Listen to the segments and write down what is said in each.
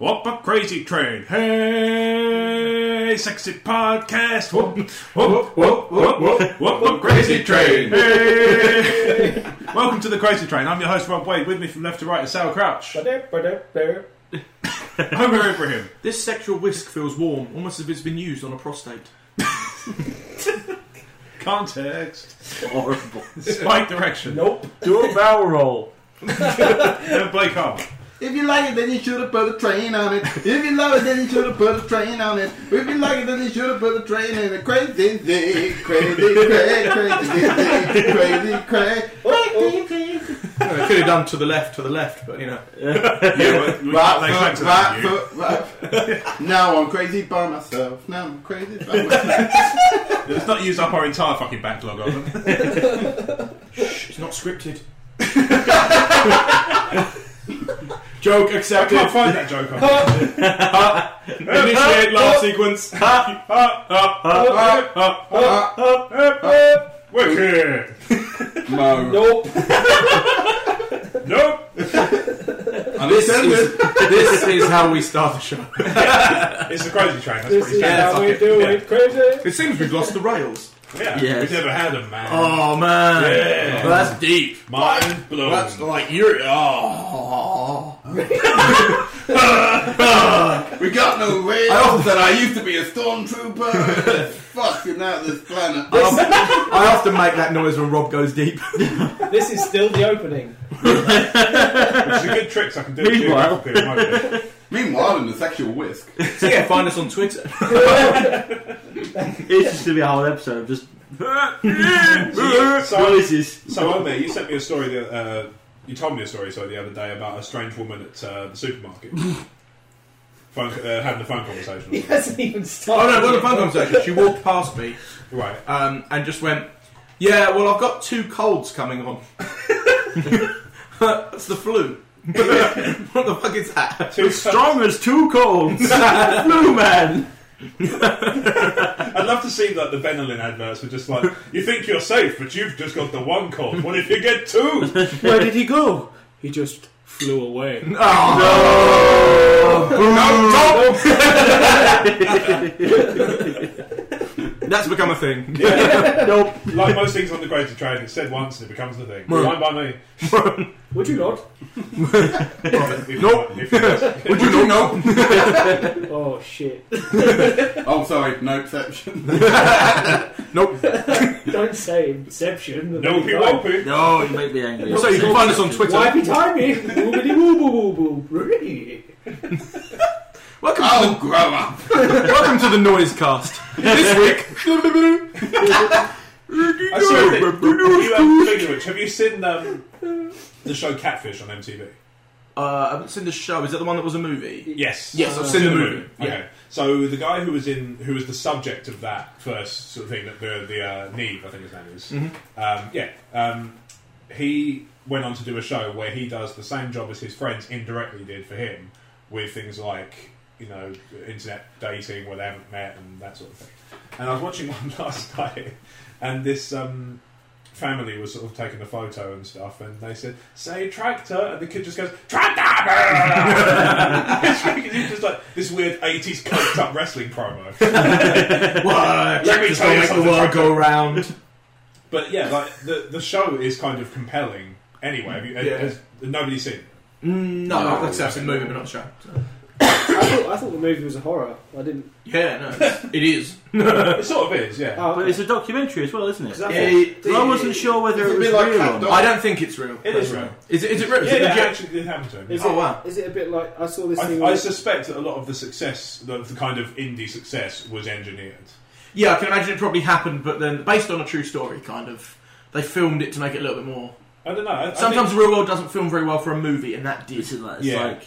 Up a crazy train. Hey, sexy podcast. Whoop, whoop, whoop, whoop, whoop, whoop, whoop, crazy train. Hey. Welcome to the crazy train. I'm your host, Rob Wade. With me from left to right is Sal Crouch. Homer Ibrahim. This sexual whisk feels warm, almost as if it's been used on a prostate. Context. Horrible. Spike direction. Nope. Do a barrel roll. And Blake Harper. If you like it, then you should have put a train on it. If you love it, then you should have put a train on it. If you like it, then you should have put a train in it. Crazy, crazy, crazy, crazy, crazy, crazy, crazy. I could have done to the left, to the left, but you know. Yeah, but we can't lay Right back foot, to that, right you. foot, right foot. Now I'm crazy by myself. Now I'm crazy by myself. Let's not use up our entire fucking backlog of them. It's not scripted. Joke I accepted. can't find that joke. on Initiate last sequence. Ah, Wicked. Mo. Nope. Nope. And this, is, this is how we start the show. It's the crazy train. That's This pretty is standard. how we do it. Crazy. It seems we've lost the rails. Yeah, Yes. we've never had a man. Oh man, Yeah. Well, that's deep. Mind blown. That's like you're. Oh. We got no way. I often I used to be a stormtrooper. Fucking out this planet. I often, I often make that noise when Rob goes deep. This is still the opening. It's a good trick. So I can do it. Meanwhile. Meanwhile, Meanwhile, in the sexual whisk. So yeah, find us on Twitter. It's just gonna be a whole episode of just so, noises. so Omer, you sent me a story. That, uh, you told me a story. Sorry, the other day about a strange woman at uh, the supermarket. Phone, uh, having a phone conversation. He hasn't even started. Oh no, it wasn't a yet. phone conversation. She walked past me Right. um, and just went, "Yeah, well, I've got two colds coming on. That's the flu. what the fuck is that? Two Strong as two cones. Blue man. I'd love to see like the Benelin adverts were just like, you think you're safe, but you've just got the one cold. What if you get two? Where did he go? He just flew away. That's become a thing. Nope. Like most things on the crazy train, it's said once and it becomes the thing. Mine by me. Would you not? If- Nope. if you- Would you know? Oh shit. Oh, sorry, no exception. Nope. Don't say Inception. No, he won't be. No, you make me angry. So you can find us on Twitter. Wipey timey. Boobity boo boo boo boo. Welcome, to Oh, grow up. the, welcome to the noise cast. This week, I saw a thing. You, um, speaking of which, have you seen um, the show Catfish on MTV? Uh, I haven't seen the show. Is that the one that was a movie? Yes. Yes, I've seen the movie. Uh, Okay. So the guy who was in, who was the subject of that first sort of thing, that the the uh, Neve, I think his name is. Mm-hmm. Um, yeah. Um, he went on to do a show where he does the same job as his friends indirectly did for him, with things like you know internet dating where they haven't met and that sort of thing. And I was watching one last night, and this um, family was sort of taking a photo and stuff, and they said, "Say tractor," and the kid just goes, "Tractor!" it's really just like this weird '80s coked up wrestling promo. What? Let me Just tell gonna you make the something. world go round. But yeah, like the the show is kind of compelling. Anyway, have you, Yeah. has, nobody's seen. it? No, like I said, I've seen the movie, but not the show. I thought, I thought the movie was a horror. I didn't. Yeah, no, it's- it is. It sort of is, yeah. Oh, But it's a documentary as well, isn't it? Exactly. Well, I wasn't sure whether It's a it was bit like real. Cat or Dog. not. I don't think it's real. It is real. Is it? Is it real? Is Yeah, it that legit? actually did happen to him. Is Oh, it, wow. Is it a bit like I saw this thing? I, I with- suspect that a lot of the success, the, the kind of indie success, was engineered. Yeah, I can imagine it probably happened, but then based on a true story, kind of. They filmed it to make it a little bit more. I don't know. I, I think- Sometimes the real world doesn't film very well for a movie, and that did. It's like, it's Yeah. like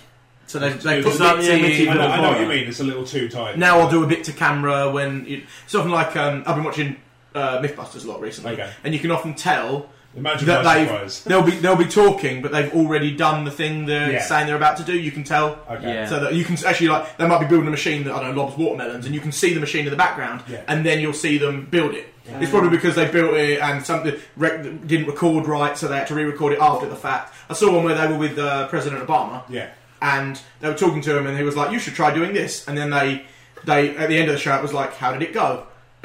So they they It's put not bits the in. image I know, I know what you Horror. mean. It's a little too tight. Now I'll do a bit to camera when you, it's often like um, I've been watching uh, MythBusters a lot recently, Okay. and you can often tell Imagine that my they've surprise. they'll be they'll be talking, but they've already done the thing they're Yeah. saying they're about to do. You can tell. Okay. Yeah. So that you can actually like they might be building a machine that I don't know lobs watermelons, and you can see the machine in the background, Yeah. and then you'll see them build it. It's probably because they built it and something rec- didn't record right, so they had to re-record it after the fact. I saw one where they were with uh, President Obama, Yeah. and they were talking to him, and he was like, "You should try doing this." And then they, they at the end of the show, it was like, "How did it go?"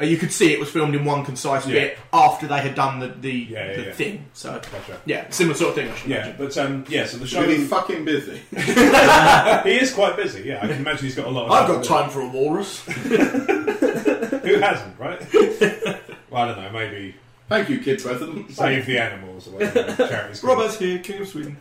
Uh, You could see it was filmed in one concise Yeah. bit after they had done the the, Yeah, yeah, the yeah. thing. So Gotcha. yeah, similar sort of thing. I should Yeah, imagine. but um, yeah. So the show Really fucking busy. he is quite busy. Yeah, I can imagine he's got a lot. Of I've got to time for a walrus. do. Who hasn't, right? well, I don't know. Maybe Thank you, kid president. save the animals or whatever. charity's called. Robert's here, King of Sweden.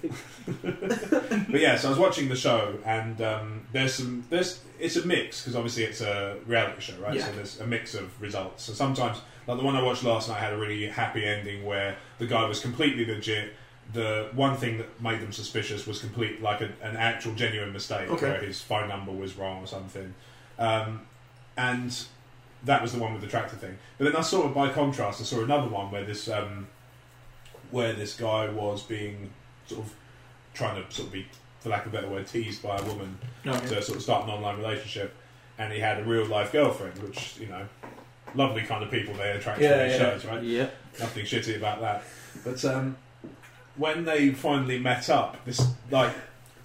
But yeah, so I was watching the show, and um, there's some there's it's a mix because obviously it's a reality show, right? Yeah. So there's a mix of results. So sometimes, like the one I watched last night, had a really happy ending where the guy was completely legit. The one thing that made them suspicious was complete, like a, an actual genuine mistake, Okay. where his phone number was wrong or something, um, and that was the one with the tractor thing. But then I saw, by contrast, I saw another one where this um, where this guy was being sort of trying to sort of be, for lack of a better word, teased by a woman to sort of start an online relationship, and he had a real life girlfriend, which you know, lovely kind of people they attract to Yeah, their yeah. shows, right? Yeah. Nothing shitty about that. But um, when they finally met up, this like.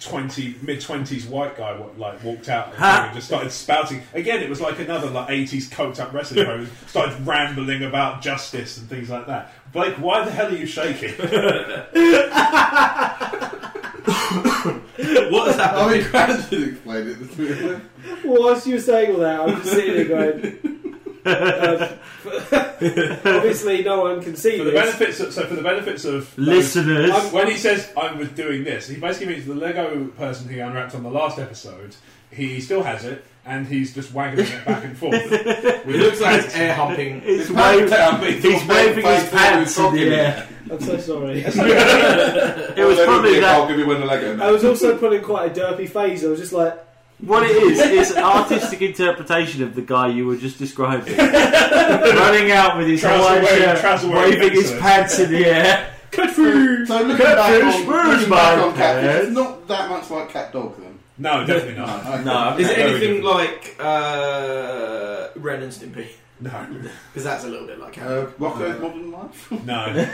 20 mid 20s white guy wa- like walked out and Ha! just started spouting again it was like another like 80s coked up wrestling program started rambling about justice and things like that Blake why the hell are you shaking what has happened? I'm glad you explained it this way. Well, whilst you were saying all that, I'm just sitting there going. um, obviously, no one can see for the this. benefits of, so for the benefits of Listeners. Um, when he says I was doing this, he basically means the Lego person he unwrapped on the last episode. He still has it, and he's just waggling it back and forth. It looks like it's air humping. It's waving, he's waving his pants in the air. I'm so sorry. It was probably that. I'll give you one of Lego. I now. was also putting quite a derpy phase. I was just like, What it is, it's an artistic interpretation of the guy you were just describing. Running out with his Trouser Hawaiian wearing- shirt, trouser wearing waving his excellent. pants in the air. Cut through! So looking back Catfish, on, where's looking my back on catfish, pants? it's not that much like cat dog then. No, definitely not. No. Is it Very anything different. like uh, Ren and Stimpy? No, Because that's a little bit like how. Uh, Rocco's Modern Life. no.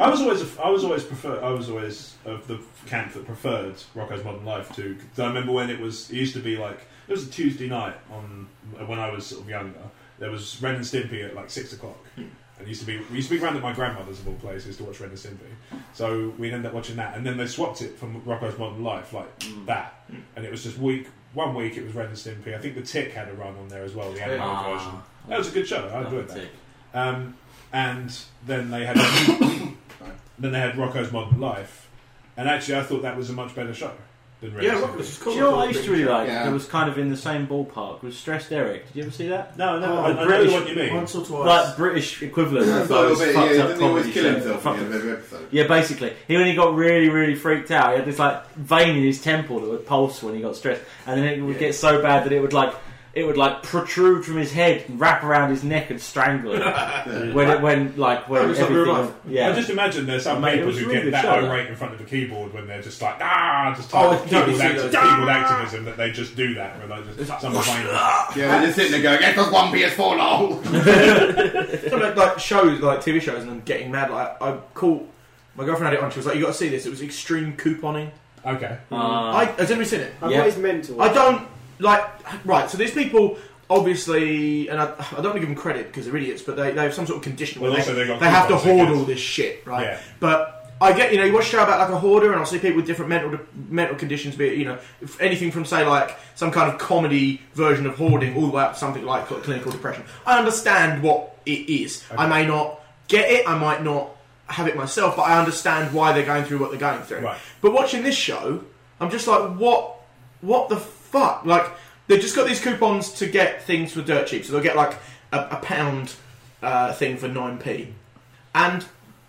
I was always, I was always prefer, I was always of the camp that preferred Rocco's Modern Life to. 'cause I remember when it was, it used to be like it was a Tuesday night on when I was sort of younger. There was Ren and Stimpy at like six o'clock. And it used to be we used to be round at my grandmother's of all places to watch Ren and Stimpy. So we'd end up watching that, and then they swapped it from Rocco's Modern Life like that, and it was just week one week it was Ren and Stimpy. I think the Tick had a run on there as well, the animated Ah. version. That was a good show. I enjoyed that. Tick. Um, and then they had then they had Rocco's Modern Life, and actually I thought that was a much better show than Ren Yeah, and Rocco's Stimpy. is Do cool. you know what I used to really like? Yeah. That was kind of in the same ballpark. Was Stressed Eric? Did you ever see that? No, no, Oh, I, I British know what you mean. Once or twice. Like British equivalent That's of a little those bit, fucked yeah, up doesn't he always comedy kill shows. himself at Fuck- the end of every episode? Yeah, basically, he when he got really, really freaked out, he had this like vein in his temple that would pulse when he got stressed, and then it would Yeah. get so bad that it would like it would like protrude from his head, and wrap around his neck, and strangle him. when it when like when Oh, it's like everything, real was- life. I yeah, just imagine there's some Mate, it people was a who really get good that show, that. irate in front of a keyboard when they're just like, ah, just type Oh, I of totally keyboard, see acti- those. keyboard activism that they just do that. Where they It's just like, "Ah." some vein- Yeah, they're just sitting there going, "Get us one PS4 lol." Kind of like shows, like TV shows, and them getting mad. Like I caught my girlfriend had it on. She was like, "You got to see this." It was extreme couponing. Okay, I, uh, has anybody seen it? I've Yeah. always mental. I don't like right. So these people obviously, and I, I don't want to give them credit because they're idiots, but they, they have some sort of condition where Well, they, also they got they have to coupons, I hoard guess. all this shit, right? Yeah. But I get you know you watch a show about like a hoarder, and I'll see people with different mental mental conditions, be it you know if anything from say like some kind of comedy version of hoarding all the way up to something like clinical depression. I understand what it is. I may not get it. I might not have it myself, but I understand why they're going through what they're going through. Right. But watching this show, I'm just like, what? What the fuck? Like, they've just got these coupons to get things for dirt cheap. So they'll get like a, a pound uh, thing for nine p, and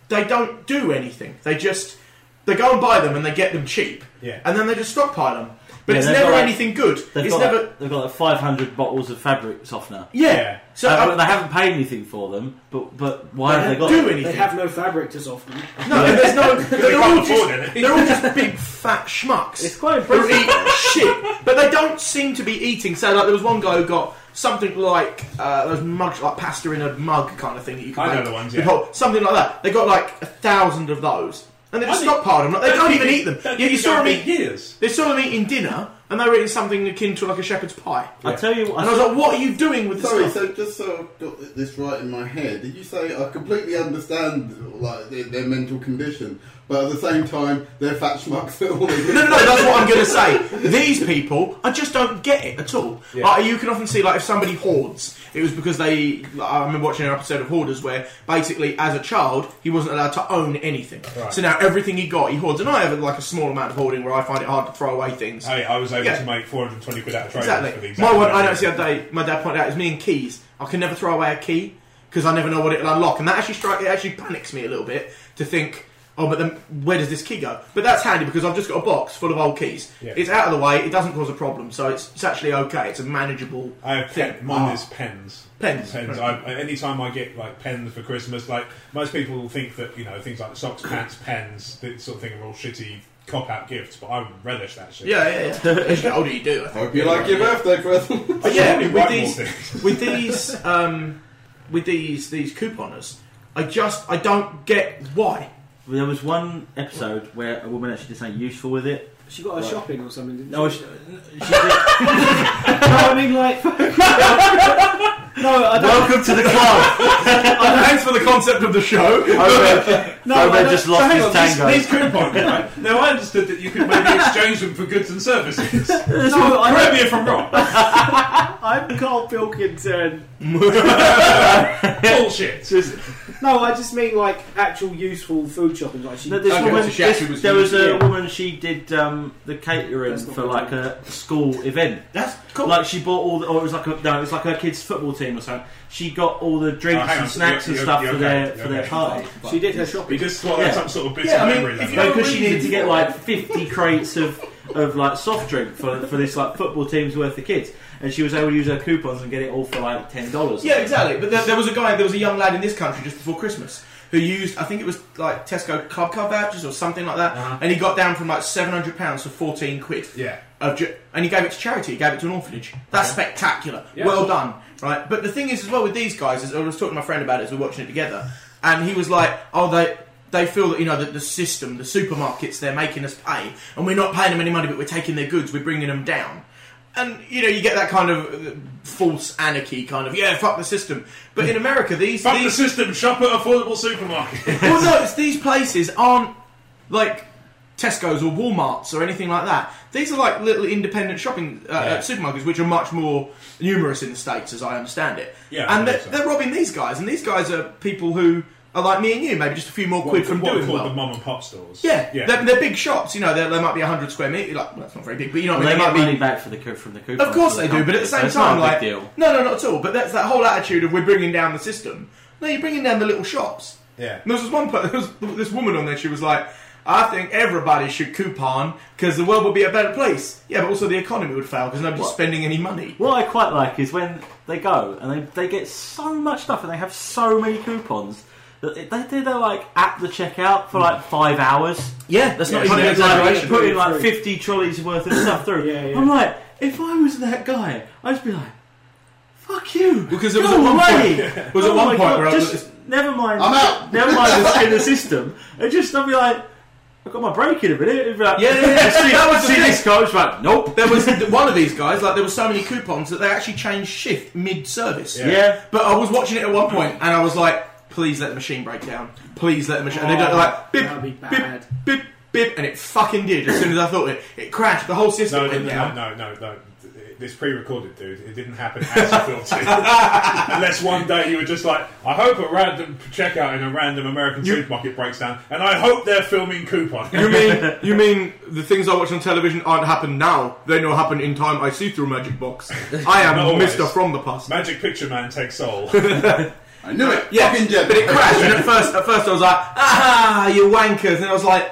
they don't do anything. They just they go and buy them and they get them cheap, Yeah. and then they just stockpile them. But Yeah, it's they've never got, like- anything good. they've, It's got never like, they've got like 500 bottles of fabric softener. yeah. Yeah. So Uh, I- but they haven't paid anything for them, but but why have they got do them? anything. They have no fabric to soften. no, there's no. they They're all, can't just, afford it. they're all just big fat schmucks. It's quite who impressive. eat shit, but they don't seem to be eating. So, like, there was one guy who got something like uh, those mugs, like pasta in a mug kind of thing that you can I know make the ones, with yeah. whole- something like that. They got like a thousand of those. and they just I think- stockpiled them. Like, They don't even eat them. Yeah, you saw them me eat. years. They saw them eating dinner, and they were eating something akin to like a shepherd's pie. I tell you, And I was like, "What are you doing with this Sorry, stuff?" so just so I've got this right in my head, did you say I completely understand like their, their mental condition, but at the same time they're fat schmucks that always No, no, no, that's what I'm going to say. These people, I just don't get it at all. Like, you can often see, like, if somebody hoards, it was because they. Like, I remember watching an episode of Hoarders where basically, as a child, he wasn't allowed to own anything. Right. So now everything he got, he hoards. And I have, like, a small amount of hoarding where I find it hard to throw away things. Hey, I was able Yeah. to make 420 quid out of trailers for the Exactly. exact My one same I noticed the thing. other day, my dad pointed out, is me and keys. I can never throw away a key because I never know what it'll unlock, and that actually strike it actually panics me a little bit to think, oh, but then where does this key go? But that's handy because I've just got a box full of old keys. Yeah. It's out of the way. It doesn't cause a problem, so it's, it's actually okay. It's a manageable. I have thing. pen, mine Ah. is pens. Pens. Pens. Right. I, anytime I get like pens for Christmas, like most people will think that you know things like socks, pants, pens, that sort of thing are all shitty cop out gifts. But I relish that shit. Yeah, yeah, yeah. As you get older, you do. I think. Hope you like your birthday present. But yeah, probably yeah, with write more these, with these, um, with these, these couponers, I just I don't get why. there was one episode where a woman actually did something useful with it. She got her shopping or something, didn't No, she? she, she did, No, I mean, like. no, I don't. welcome to the club. Oh. Thanks for the concept of the show. No, Bobo I don't- just lost hang his on, tango. These coupons, right? Now I understood that you could maybe exchange them for goods and services. Correct this- No, I me if I'm wrong. I'm Carl Pilkington. Bullshit. No, I just mean like actual useful food shopping. Like she, No, this Okay, woman, so she this- actually was there was a useful. woman. She did um, the catering That's not for what like I a school event. That's cool. Like she bought all, the, or it was like a, no, it was like her kids' football team or something. She got all the Oh, drinks hang and on, snacks you're- and you're- stuff you're for okay, their you're for their okay. party. she did her shopping. We just swallowed Yeah. some sort of bit of Yeah, I mean, memory if left. you- because No she needed to reason get for like 50 crates of, of like soft drink for, for this like football team's worth of kids and she was able to use her coupons and get it all for like $10 Yeah, exactly. But there, there was a guy, there was a young lad in this country just before Christmas who used, I think it was like Tesco club card vouchers or something like that, Uh-huh. and he got down from like seven hundred pounds to fourteen quid. Yeah. Of ju- and he gave it to charity. He gave it to an orphanage. That's spectacular. Yeah. Well done, right? But the thing is, as well with these guys, is I was talking to my friend about it as we were watching it together, and he was like, "Oh, they." They feel that you know that the system, the supermarkets, they're making us pay, and we're not paying them any money, but we're taking their goods, we're bringing them down, and you know you get that kind of uh, false anarchy, kind of yeah, fuck the system. But in America, these Fuck the these system. Shop at affordable supermarket. well, no, it's these places aren't like Tesco's or Walmart's or anything like that. These are like little independent shopping uh, Yeah. uh, supermarkets, which are much more numerous in the states, as I understand it. Yeah, I and they're, think so. they're robbing these guys, and these guys are people who are like me and you, maybe just a few more What- quid from what doing called well. the mum and pop stores. Yeah, yeah. They're, they're big shops. You know, they're- they might be hundred square meter. Like, well, that's not very big, but you know, Well, what I they mean, get might money be back for the coup from the coupons of course for they do, but at the company, so same it's not time, a big like deal. no, no, not at all. But that's that whole attitude of we're bringing down the system. No, you're bringing down the little shops. Yeah. And there was this one, per- there was this woman on there. She was like, "I think everybody should coupon because the world would be a better place." Yeah, but also the economy would fail because nobody's What? spending any money. What I quite like is when they go and they, they get so much stuff and they have so many coupons that it- they, they, they're like at the checkout for like five hours. Yeah, that's not yeah, even an an Like, exaggeration. putting like Through. 50 trolleys worth of stuff through. Yeah, yeah. I'm like, if I was that guy, I'd be like, fuck you. Because there was Go at one away. It was Oh at one my point God, where I was. just never mind. I'm out. Never mind what's in the system. And just I'd be like, I've got my break in a minute. It'd be like, Yeah, yeah, yeah. See, That was the see thing. this coach, like, nope. there was one of these guys. Like there were so many coupons that they actually changed shift mid-service. Yeah. Yeah. But I was watching it at one point, and I was like, "Please let the machine break down. Please let the machine." and they go Oh, like, "Bip, that'd be bip, bad. bip, bip," and it fucking did. As soon as I thought it, it crashed. The whole system No, no, went no, down. no, no, no. It's pre-recorded, dude. It didn't happen as you filmed it. Unless one day you were just like, I hope a random checkout in a random American You- supermarket breaks down, and I hope they're filming coupon. You mean you mean the things I watch on television aren't happen now? They know happen in time. I see through magic box. I am Not always. Mister from the past. Magic Picture Man takes soul. I knew it. Yeah, Fucking Jeb. but it crashed. and at first, at first I was like, "Ah, you wankers!" And I was like.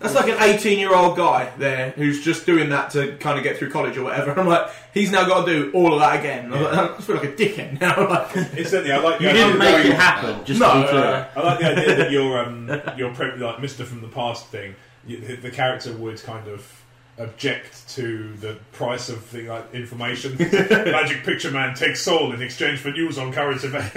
That's like an 18 year old guy there who's just doing that to kind of get through college or whatever. I'm like, he's now got to do all of that again. I, was like, I feel like a dickhead now. Like, Incidentally, I like the You idea didn't that- make it happen. Just No, to be clear. uh, I like the idea that your um, your pre- like Mister from the past thing, you, the- the character would kind of object to the price of the like, information. Magic Picture Man takes Saul in exchange for news on current events.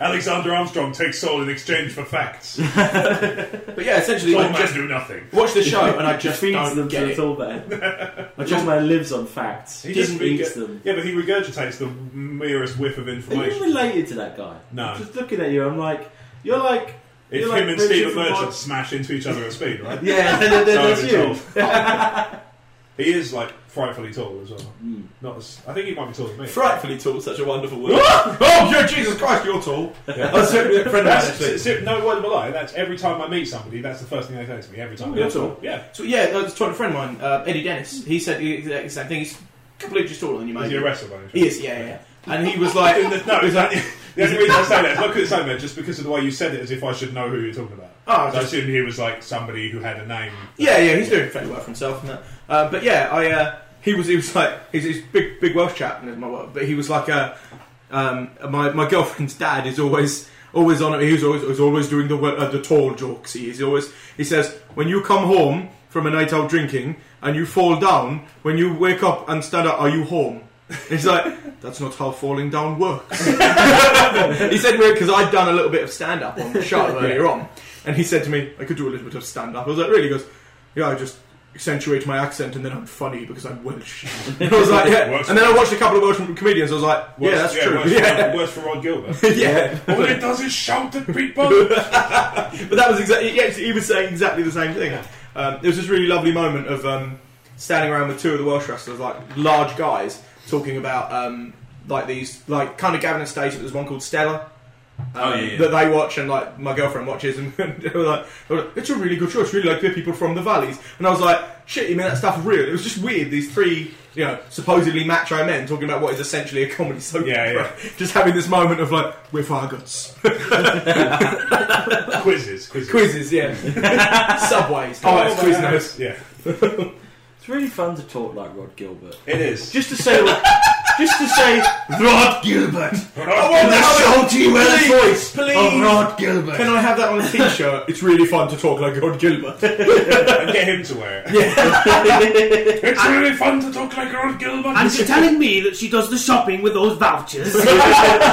Alexander Armstrong takes Saul in exchange for facts. Saul But yeah, essentially, I Man just do nothing. watch the show and I Just just feeds don't them get to the it. tall man. The tall man lives on facts. He He just doesn't reg- eats them. Yeah, but he regurgitates the merest whiff of Are you information. related to that guy? No. I'm just looking at you, I'm like, you're like. It's you're him and like Richard Stephen from Merchant Mar- smash into each other at speed, right? Yeah, that- that- So I've that's been you. told. he is like frightfully tall as well. Not as I think he might be taller than me. Frightfully tall, such a wonderful word. oh, yeah, Jesus Christ, you're tall. I Oh, was talking to a friend of mine, That's, actually. s- s- no word of a lie. That's every time I meet somebody. That's the first thing they say to me every time. Oh, you're Yeah. tall. Yeah. So, yeah, I was talking to a friend of mine, uh, Eddie Dennis. He said the exact same thing. He's completely just taller than you, Is mate. he a wrestler? By any chance? He is, yeah, yeah. yeah. And he was like, No, it's not, the only reason I say that is not because it's so bad, just because of the way you said it, as if I should know who you're talking about. Oh, So I just- assumed he was like somebody who had a name. Yeah, yeah, he's doing fairly well for himself and that. Uh, but yeah, I uh, he was he was like he's this big big Welsh chap, and my wife- but he was like uh, um, my my girlfriend's dad is always always on it. He was always was always doing the uh, the tall jokes. He is always he says when you come home from a night out drinking and you fall down, when you wake up and stand up, are you home? And he's like, that's not how falling down works. he said because I'd done a little bit of stand up on the show earlier on, and he said to me, I could do a little bit of stand up. I was like, really? He goes, yeah, I just accentuate my accent and then I'm funny because I'm Welsh. And I was like, yeah. Works. And then I watched a couple of Welsh comedians. I was like, yeah, Worse- that's true. Worse, Yeah. For, worse for Rod Gilbert. yeah. All he does is shout at people. But that was exactly, yeah, he was saying exactly the same thing. Um, there was this really lovely moment of um, standing around with two of the Welsh wrestlers, like large guys, talking about um, like these, like kind of Gavin and Stacey, but there's one called Stella. Um, Oh, yeah, yeah. That they watch and like my girlfriend watches, and they were like, they were like, "It's a really good show. It's really like the people from the valleys." And I was like, "Shit, you mean that stuff real?" It was just weird. These three, you know, supposedly macho men talking about what is essentially a comedy soap Yeah, opera. yeah. just having this moment of like, "We're faggots." quizzes, quizzes. Quizzes, yeah. Subways. Oh, Oh, it's my quiz God. notes. Yeah, It's really fun to talk like Rod Gilbert. it is. Just to say, just to say, Rod Gilbert. Oh, salty Welsh voice. Please. Rod Gilbert. Can I have that on a t-shirt? it's really fun to talk like Rod Gilbert. and Oh, get him to wear it. it's really fun to talk like Rod Gilbert. And she's telling me that she does the shopping with those vouchers.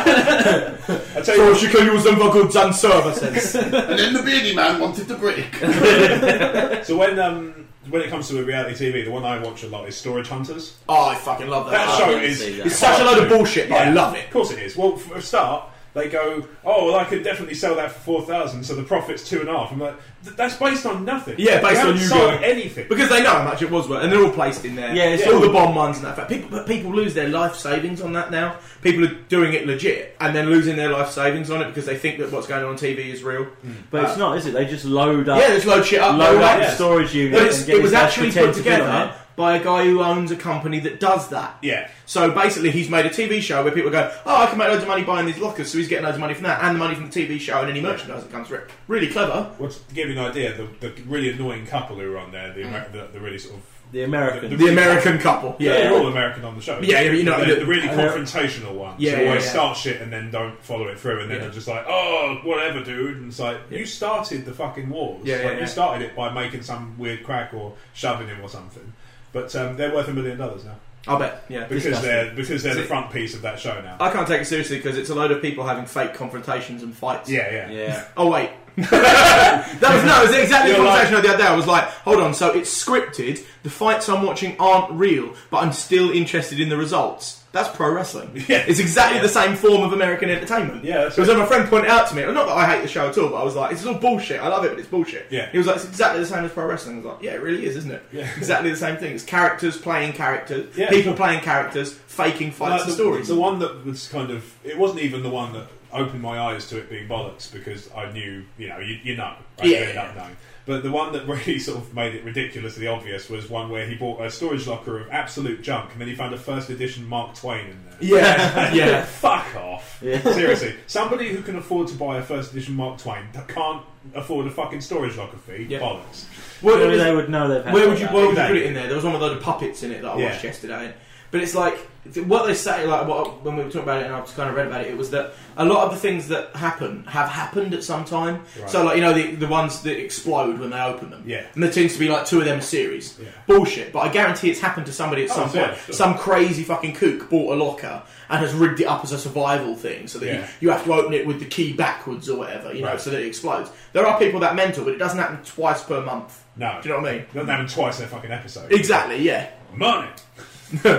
I tell you so what, she can use them for goods and services. And then the beardy man wanted to break. So when um, when it comes to the reality TV, the one I watch a lot is Storage Hunters. oh, I fucking love That I show haven't is seen that. It's such a load of bullshit, but I Yeah, love it. Of course it is. Well, for a start, they go, "Oh, well, I could definitely sell that for four thousand, so the profit's two and a half." I'm like, "Th- "That's based on nothing. Yeah, based They haven't on you sold going- anything." Because they know how much it was worth, and they're all placed in there. Yeah, it's all all- the bomb ones and that. Fact. People, but people lose their life savings on that now. People are doing it legit, and then losing their life savings on it because they think that what's going on on TV is real. but it's not, is it? They just load up, Yeah, there's Mm. load shit up. load there, up right? the storage unit. But it's, and get it was his dad actually pretend put to be on together it. by a guy who owns a company that does that. yeah, So basically, he's made a TV show where people go, "Oh, I can make loads of money buying these lockers," so he's getting loads of money from that and the money from the TV show and any merchandise that comes through. it. Really clever. well, to give you an idea, the, the really annoying couple who were on there, the, Amer- the, the really sort of The American. The American couple. yeah, Yeah. they're all American on the show. Yeah, yeah, you know, the, the- the really and they're- confrontational ones. Yeah, who yeah, always yeah. start shit and then don't follow it through, and then Yeah. they're just like, "Oh, whatever, dude." And it's like, "You started the fucking wars. Yeah, yeah, like, yeah. You started it by making some weird crack or shoving him or something." But um, they're worth a million dollars now I bet. Yeah. because Disgusting. they're because they're the Is it- front piece of that show now. I can't take it seriously because it's a load of people having fake confrontations and fights. yeah, yeah, Yeah. Oh wait. that was no, it was exactly the You're conversation I had the other day. I was like, hold on, so it's scripted. The fights I'm watching aren't real, but I'm still interested in the results. That's pro wrestling. Yeah. It's exactly the same form of American entertainment. Yeah, that's It was then my friend pointed out to me, not that I hate the show at all, but I was like, it's all bullshit. I love it, but it's bullshit. Yeah. He was like, it's exactly the same as pro wrestling. I was like, yeah, it really is, isn't it? Yeah. Exactly the same thing. It's characters playing characters, Yeah. people playing characters, faking Well, fights the, and stories. The one that was kind of it wasn't even the one that opened my eyes to it being bollocks because I knew you know you, you know right? you Yeah, end up knowing. But the one that really sort of made it ridiculously obvious was one where he bought a storage locker of absolute junk and then he found a first edition Mark Twain in there. yeah, yeah. Fuck off. Yeah. Seriously. Somebody who can afford to buy a first edition Mark Twain that can't afford a fucking storage locker fee, Yeah. bollocks. Well, it Surely was- they would know they've had Where would you that. where would you Exactly. put it in there? There was one with a load of puppets in it that I Yeah. watched yesterday. But it's like th- what they say, like what, when we were talking about it, and I was kind of read about it. It was that a lot of the things that happen have happened at some time. Right. So like you know the the ones that explode when they open them. Yeah. and there tends to be like two of them a series. Yeah. Bullshit, but I guarantee it's happened to somebody at Oh, some sure, point. sure. Some crazy fucking kook bought a locker and has rigged it up as a survival thing, so that Yeah. you, you have to open it with the key backwards or whatever, you know, Right. so that it explodes. There are people that mental, but it doesn't happen twice per month. No. Do you know what I mean? Doesn't happen twice in a fucking episode. Exactly. Yeah. Money.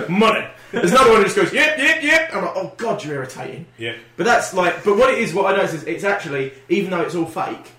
money. There's another one who just goes, yep, yep, yep. I'm like, oh god, you're irritating. Yeah. But that's like, but what it is, what I notice is it's actually, even though it's all fake,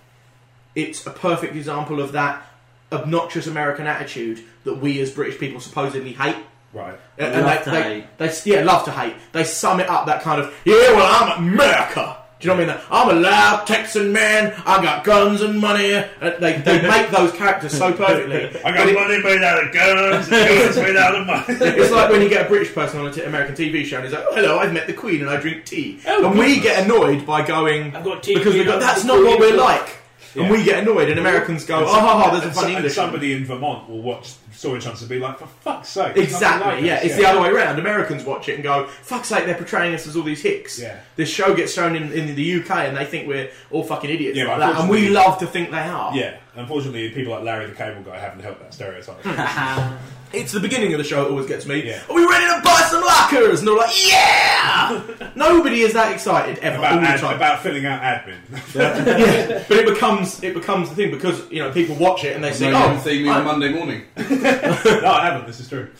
it's a perfect example of that obnoxious American attitude that we as British people supposedly hate. Right. And Love they, to they, hate. They, yeah, love to hate. They sum it up that kind of, yeah, well, I'm America. Do you know what I mean? I'm a loud Texan man. I got guns and money. And They, they make those characters so perfectly. I But got it- money made out of guns, and guns made out of money. it's like when you get a British person on an American TV show and he's like, oh, "Hello, I've met the Queen and I drink tea," Oh, and we get annoyed by going I've got TV because we go, on "That's the not what we're Queen." like," and Yeah. we get annoyed, and Americans go, "Oh, And ha, ha, there's a and funny so- and English." somebody in Vermont will watch Story Chance and be like, for fuck's sake. there's nothing Exactly, like yeah. this. It's the other way around. Americans watch it and go, fuck's sake, they're portraying us as all these hicks. Yeah. This show gets shown in, in the UK and they think we're all fucking idiots Yeah, but like that. And we unfortunately- love to think they are. Yeah, unfortunately, people like Larry the Cable Guy haven't helped that Hmm. stereotype. It's the beginning of the show that always gets me. Yeah. Are we ready to buy some lockers? And they're like, yeah! Nobody is that excited ever, all about, the ad- time. about filling out admin. yeah, but it becomes it becomes the thing because you know people watch it and they No, say, you haven't "Oh, seen me on Monday morning. no, I haven't. This is true.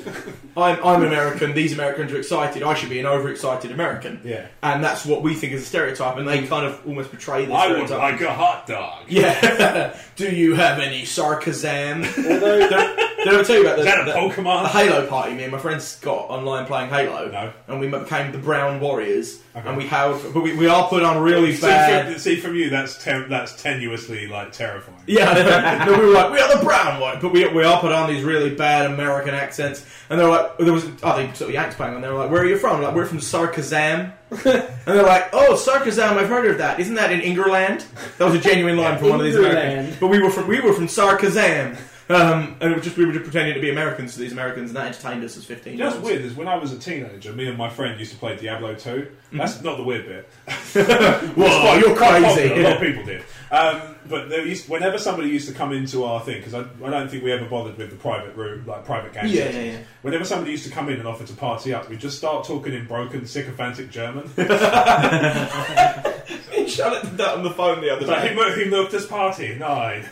I'm, I'm American. These Americans are excited. I should be an overexcited American." Yeah. and that's what we think is a stereotype, and they kind of almost portray this. I would stereotype. like a hot dog. Yeah. Do you have any sarcasm? Although did I did I ever tell you about the, Is that a the- Pokemon? the Halo party? Me and my friends got online playing Halo, No. and we became the Brown Warriors, Okay. and we held, but we, we are put on really See bad. from, see, from you, that's ten- that's tenuously like terrifying. Yeah, I know. no, we were like, we are the brown one, but we, we all put on these really bad American accents, and they're like, there was oh they sort of Yanks playing, and they were like, where are you from? Like, we're from Sarkazam, and they're like, oh Sarkazam, I've heard of that. Isn't that in Ingerland? That was a genuine line from one of these Americans. Ingerland. But we were from we were from Sarkazam. Um, and it was just we were just pretending to be Americans to these Americans, and that entertained us as fifteen. You know what's years. weird is when I was a teenager, me and my friend used to play Diablo 2. That's not the weird bit. Mm-hmm. Whoa, you're Quite crazy! popular, A lot of people did. Um, but there used, whenever somebody used to come into our thing, because I, I don't think we ever bothered with the private room, like private game. Yeah, sessions. yeah, yeah. Whenever somebody used to come in and offer to party up, we'd just start talking in broken, sycophantic German. It's Charlotte did that on the phone the other like, day. who, mo- who moved this party? Nine.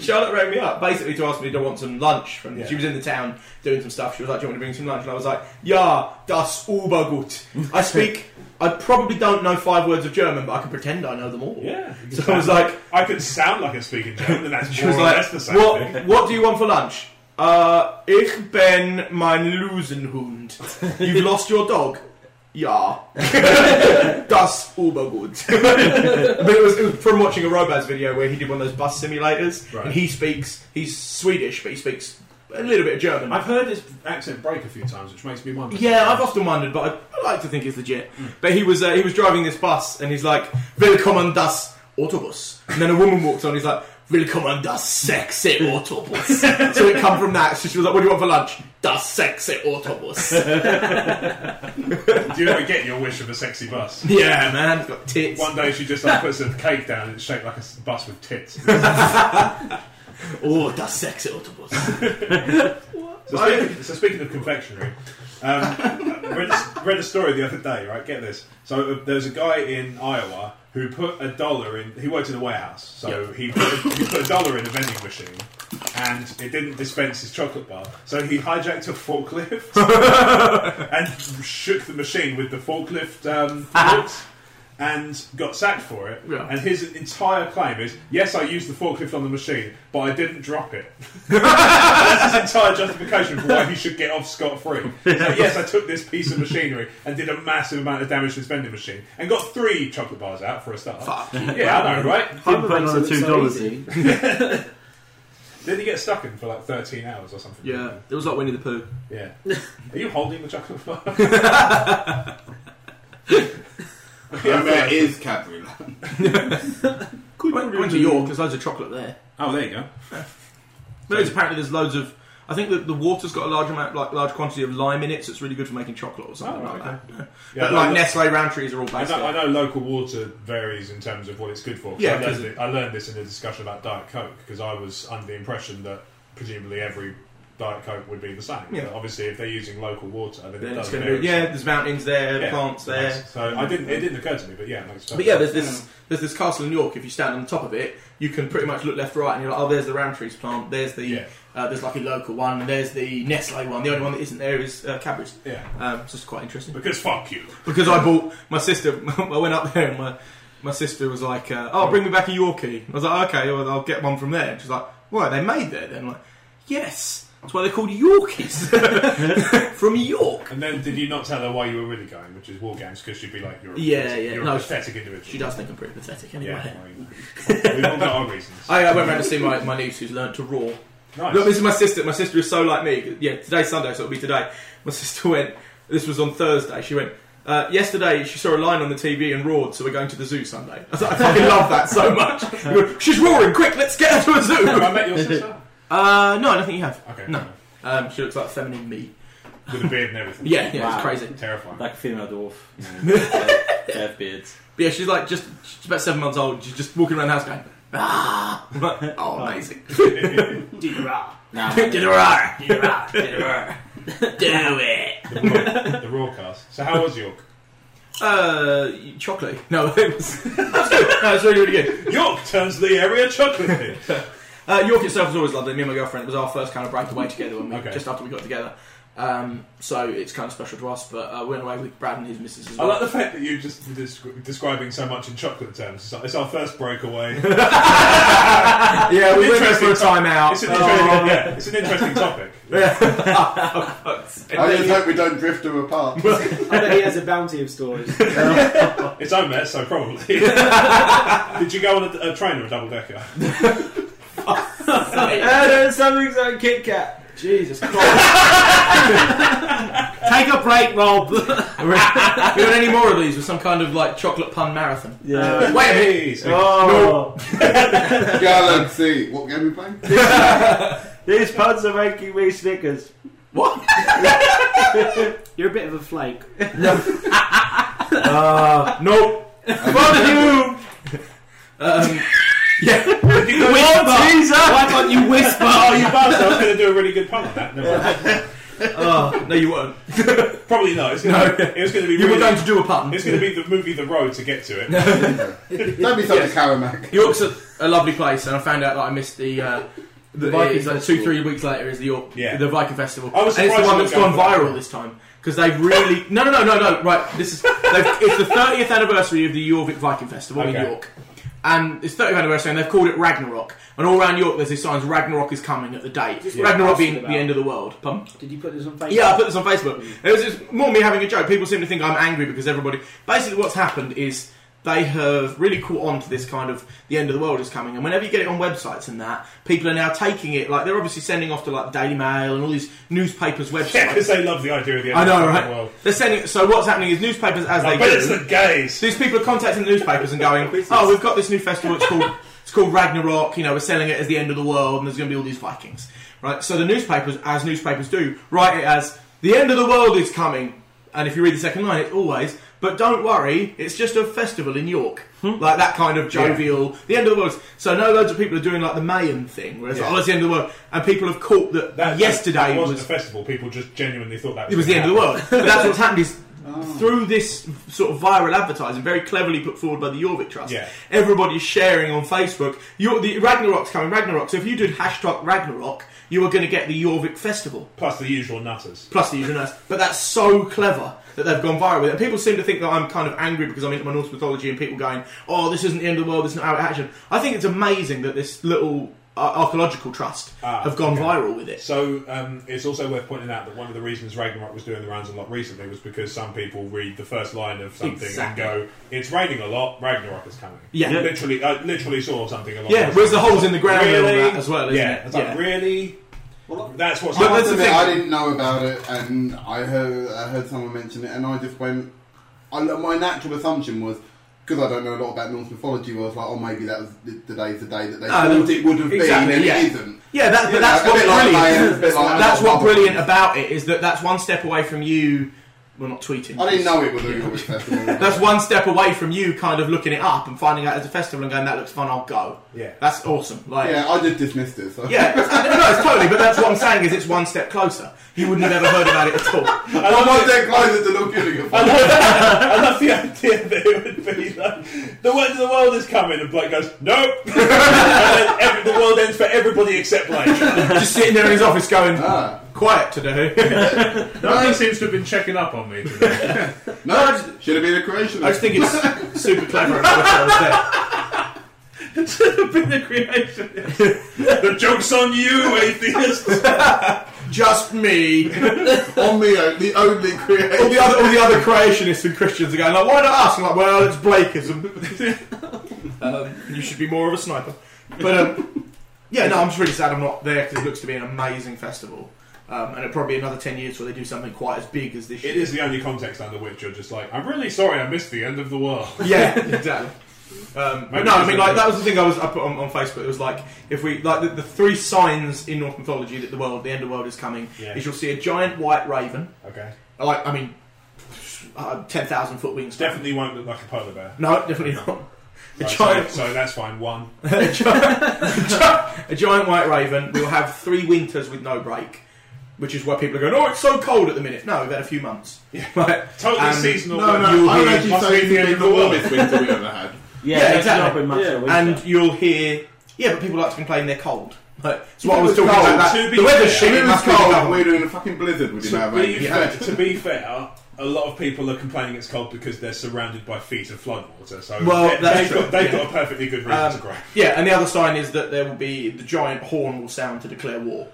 Charlotte rang me up basically to ask me, "Do I want some lunch?" From Yeah. she was in the town doing some stuff. She was like, "Do you want me to bring some lunch?" And I was like, "Ja, das Ubergut." I speak. I probably don't know five words of German, but I can pretend I know them all. Yeah. you can So I sound- was like, I could sound like I speak in German, and that's she more was or like, less the same thing. "What? What do you want for lunch?" Uh, ich bin mein Lusenhund. You've lost your dog. Ja. das Ubergut. but it was, it was from watching a Robaz video where he did one of those bus simulators, Right. and he speaks. He's Swedish, but he speaks a little bit of German. I've heard his accent break a few times, which makes me wonder. yeah, I've often wondered, but I, I like to think he's legit. But he was uh, he was driving this bus, and he's like, "Willkommen das Autobus," and then a woman walks on. He's like, "Willkommen das sexy Autobus." so it come from that. So she was like, "What do you want for lunch?" Das sexy Autobus. Do you ever get your wish of a sexy bus? yeah, man, it's got tits. One day she just like, puts a cake down and it's shaped like a s- bus with tits. Oh, das sexy Autobus. So speaking, so speaking of confectionery, um, I read, a- read a story the other day. Right, get this. So uh, there's a guy in Iowa who put a dollar in. He worked in a warehouse, so he, put a, he put a dollar in a vending machine, and it didn't dispense his chocolate bar. So he hijacked a forklift and shook the machine with the forklift um, forks And got sacked for it. Yeah. And his entire claim is, yes, I used the forklift on the machine, but I didn't drop it. That's his entire justification for why he should get off scot free. yes, I took this piece of machinery and did a massive amount of damage to this vending machine and got three chocolate bars out for a start. Fuck. Yeah, I know, right? Didn't put makes it another look two so dollars easy. in. Then you get stuck in for like 13 hours or something. Yeah, it was like Winnie the Pooh. Yeah. Are you holding the chocolate bar? Yeah, right. that is Cadbury. Went, went to York. There's loads of chocolate there. Oh, there you go. Loads. Apparently, there's loads of I think that the water's got a large amount, like large quantity of lime in it, so it's really good for making chocolate or something Oh, like okay. that. Yeah, but no, like no- Nestle Roundtrees are all I based. know, I on know local water varies in terms of what it's good for. 'cause Yeah, I, 'cause learned it- I learned this in the discussion about Diet Coke because I was under the impression that presumably every Diet Coke would be the same. Yeah. But obviously, if they're using local water, then, it Then it's does going to vary. be yeah. There's mountains there, Yeah. plants there. So I didn't. It didn't occur to me, but yeah, it makes But yeah, there's this there's this castle in York. If you stand on top of it, you can pretty much look left, right, and you're like, oh, there's the Roundtrees plant. There's the Yeah. uh, there's like a local one. And there's the Nestle one. The only one that isn't there is uh, Cadbury's. yeah. Um, so it's quite interesting. Because fuck you. because I bought my sister. I went up there and my my sister was like, uh, "Oh, bring me back a Yorkie." I was like, "Okay, well, I'll get one from there." And she's like, "Why are they made there?" Then I'm like, "Yes, that's why they're called Yorkies from York." And then did you not tell her why you were really going, which is war games? Because she'd be like, you're a, Yeah, pathetic- yeah. You're No, a pathetic individual. She does think I'm pretty pathetic anyway. Yeah, well, you know. we've all got our reasons. I, I went round to see my, my niece who's learnt to roar. nice. Look, this is my sister. My sister is so like me. Yeah, today's Sunday, so it'll be today. My sister went. This was on Thursday. She went. Uh, yesterday, she saw a lion on the TV and roared. So we're going to the zoo Sunday. I, was like, I fucking love that so much. We went, She's roaring! Quick, let's get her to a Have zoo. I met your sister? Uh, no, I don't think you have. Okay. No. Um, she looks like feminine me. With a beard and everything. Yeah, yeah, Wow. it's crazy. Terrifying. Like a female dwarf. Yeah. They have beards. But yeah, she's like just she's about seven months old. She's just walking around the house going. Ah, I'm like, oh, amazing! Nah, Get her out. Get her out. Get her out. Do it. the, raw, the raw cast. So how was York? Uh, chocolate. No, it was. it was good. No, it was really, really good. York turns the area chocolate here. Uh, York itself was always lovely. Me and my girlfriend, it was our first kind of breakaway together when we, Okay. just after we got together. Um, so it's kind of special to us. But uh, we went away with Brad and his missus as I well. like the fact that you just descri- describing so much in chocolate terms. It's, like, it's our first breakaway. yeah, we went there Interesting for a timeout. It's an interesting, yeah, it's an interesting topic. I just hope we don't drift them apart. Well, I bet he has a bounty of stories. It's Omet, so probably. Did you go on a, a train or a double decker? Oh, Adam, something's on Kit Kat. Jesus Christ! Take a break, Rob. we want any more of these with some kind of like chocolate pun marathon. Yeah. Uh, Wait a minute. oh, Galaxy. What game are we playing? these puns are making me Snickers. You're a bit of a flake. Uh, Nope. Fuck you. Um, yeah. Oh, Jesus! Why can't you whisper? Oh, you buzzed! I was going to do a really good pun on that. Never mind. Oh, no, you weren't. Probably not. It's gonna, It was going to be. You were really, going to do a pun. It's going to be the movie The Road to get to it. Don't be such a Karamak. York's a, a lovely place, and I found out that I missed the. Uh, the Viking it's like two, Festival. three weeks later is the York, Yeah. the Viking Festival. I was and it's the surprised one you that's were gone going for that. viral this time because they really no, no, no, no, no. Right, this is they've- it's the 30th anniversary of the Jorvik Viking Festival in Okay. York, and it's 30th anniversary, and they've called it Ragnarok. And all around York, there's these signs: Ragnarok is coming at the date. Just Ragnarok ask being them the about- end of the world. Pardon? Did you put this on Facebook? Yeah, I put this on Facebook. It was just more me having a joke. People seem to think I'm angry because everybody. Basically, what's happened is they have really caught on to this kind of the end of the world is coming, and whenever you get it on websites and that, people are now taking it like they're obviously sending off to like Daily Mail and all these newspapers websites. Yeah, because they love the idea of the end I of know, the right? world. They're sending. So what's happening is newspapers as I they bet do. it's the gays. These people are contacting the newspapers and going, "Oh, we've got this new festival. It's called it's called Ragnarok. You know, we're selling it as the end of the world, and there's going to be all these Vikings, right?" So the newspapers, as newspapers do, write it as the end of the world is coming. And if you read the second line, it's always, "But don't worry, it's just a festival in York." Like that kind of jovial, the end of the world. is- So no, loads of people are doing like the Mayan thing, where it's like, Yeah. "Oh, it's the end of the world," and people have caught that, yesterday that wasn't was a festival. People just genuinely thought that was it was the end of gonna the world. But that's what's happened is through this sort of viral advertising, very cleverly put forward by the Jorvik Trust, Yeah. everybody's sharing on Facebook. Your, the Ragnarok's coming, Ragnarok. So if you did hashtag Ragnarok, you were going to get the Jorvik Festival happen. Plus the usual nutters. plus the usual nurse. But that's so clever that they've gone viral with it. And people seem to think that I'm kind of angry because I'm into my Norse mythology and people going, "Oh, this isn't the end of the world. This is not how it happened." I think it's amazing that this little uh, archaeological trust Ah, have gone okay. viral with it. So um, it's also worth pointing out that one of the reasons Ragnarok was doing the rounds a lot recently was because some people read the first line of something Exactly. and go, "It's raining a lot. Ragnarok is coming." Yeah. Yeah. literally, I literally saw something along. Yeah, those where's the lines. holes in the ground and all that as well, isn't yeah, it? it's like Yeah. really. That's what's. I But must that's the admit, thing. I didn't know about it, and I heard, I heard someone mention it, and I just went. I, my natural assumption was because I don't know a lot about Norse mythology. I was like, oh, maybe that was the, today's the day that they No, thought that- it would have exactly, been, and yeah. it isn't. Yeah, that, Yeah, but that's a what's bit like my- a brilliant. bit like that's my what's mother. brilliant about it is that that's one step away from you. Well, not tweeting. I didn't know it was a Movie Festival. That's one step away from you kind of looking it up and finding out it's a festival and going, "That looks fun. I'll go." Yeah. That's awesome. Like, yeah, I just dismissed it. So. Yeah, it's, no, it's totally. But that's what I'm saying is it's one step closer. You wouldn't have ever heard about it at all. I'm one day closer to not giving a I fuck. love, I love the idea that it would be like the world, the world is coming, and Blake goes, "Nope." and then every, the world ends for everybody except Blake. Just sitting there in his office going, Ah. "Quiet today." No one seems to have been checking up on me today. No, should have been a creation. I just think it's super clever. And I wish I was there. been the creation. the joke's on you, atheist. Just me. on me, uh, the only creation. All the other, all the other creationists and Christians are going like, "Why not us?" I'm like, "Well, it's Blakeism. um, you should be more of a sniper." But um, yeah, no, I'm just really sad I'm not there because it looks to be an amazing festival. Um, and it'll probably be another 10 years where they do something quite as big as this year. It is the only context under which you're just like, I'm really sorry, I missed the end of the world. Yeah, exactly. Um, but no, I mean, like that was the thing I was I put on, on Facebook. It was like if we like the, the three signs in Norse mythology that the world, the end of the world, is coming. Yeah. Is you'll see a giant white raven, Okay, like I mean, uh, ten thousand foot wings. definitely won't look like a polar bear. No, definitely not. A Right, giant, so, so that's fine. One. a, giant, a giant white raven. We'll have three winters with no break, which is why people are going, "Oh, it's so cold at the minute." No, we've had a few months. Yeah, Totally Um, seasonal. No, no, You'll I would hear- actually must say be it's the end of the world. warmest winter we ever had. Yeah, Yeah, there's exactly. not been much Yeah, of a and winter. you'll hear, yeah, but people like to complain they're cold. Like, that's what If I it was was talking cold, about. to That. be The weather's fair, shit. If It it was must be the cold, government. we were in a fucking blizzard, would you know, To be, mate? fair, to be fair, a lot of people are complaining it's cold because they're surrounded by feet of flood water. So Well, they, that's have true, got, they've yeah. got a perfectly good reason Um, to gripe. yeah, and the other sign is that there will be the giant horn will sound to declare war,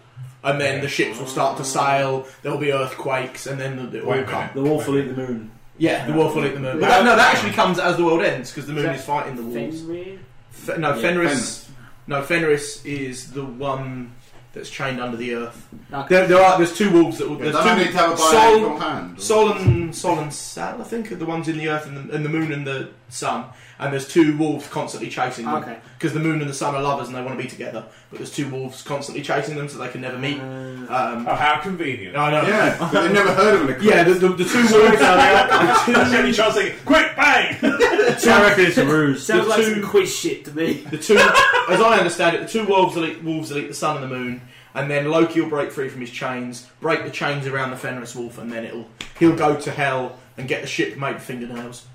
and then the ships will start to sail. There will be earthquakes, and then the, it Wait will a come. minute. The wolf will eat the moon. Yeah, the wolf will eat the moon. But that, no, that actually comes as the world ends because the moon is fighting the wolves. Fenrir? Fe- no, Yeah, Fenris. No, Fenris is the one that's chained under the earth. Okay. There, there are there's two wolves that will. They There's don't two, need to have a Sol, biannual hand. Sol and Sol and Sal, I think, are the ones in the earth and the, and the moon and the sun. And there's two wolves constantly chasing them Okay. because the moon and the sun are lovers and they want to be together. But there's two wolves constantly chasing them so they can never meet. Mm-hmm. Uh, Um, Oh, how convenient. I know. Yeah, but they've never heard of an eclipse. Yeah, the, the, the two wolves are That's the only chance they get. Quick, bang! I reckon it's a ruse. Sounds The like two- some quiz shit to me. The two, as I understand it, the two wolves will eat, wolves will eat the sun and the moon, and then Loki will break free from his chains, break the chains around the Fenris wolf, and then it'll he'll go to hell and get the ship made of fingernails.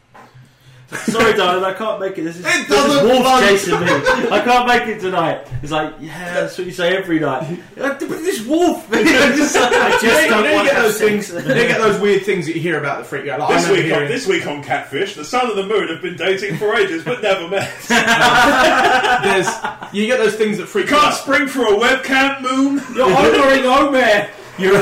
Sorry, darling, I can't make it. This is, It this is doesn't wolf belong- chasing me. I can't make it tonight. It's like, yeah, that's what you say every night. Like, but this wolf. I'm just like, I You just know, don't you want get to those things. things. You know, you get those weird things that you hear about the freak out. Like, I This remember week, on, hearing- this week on Catfish, the sun and the moon have been dating for ages but never met. there's you get those things that freak you Can't out. spring for a webcam, moon! You're honouring Omer. You're,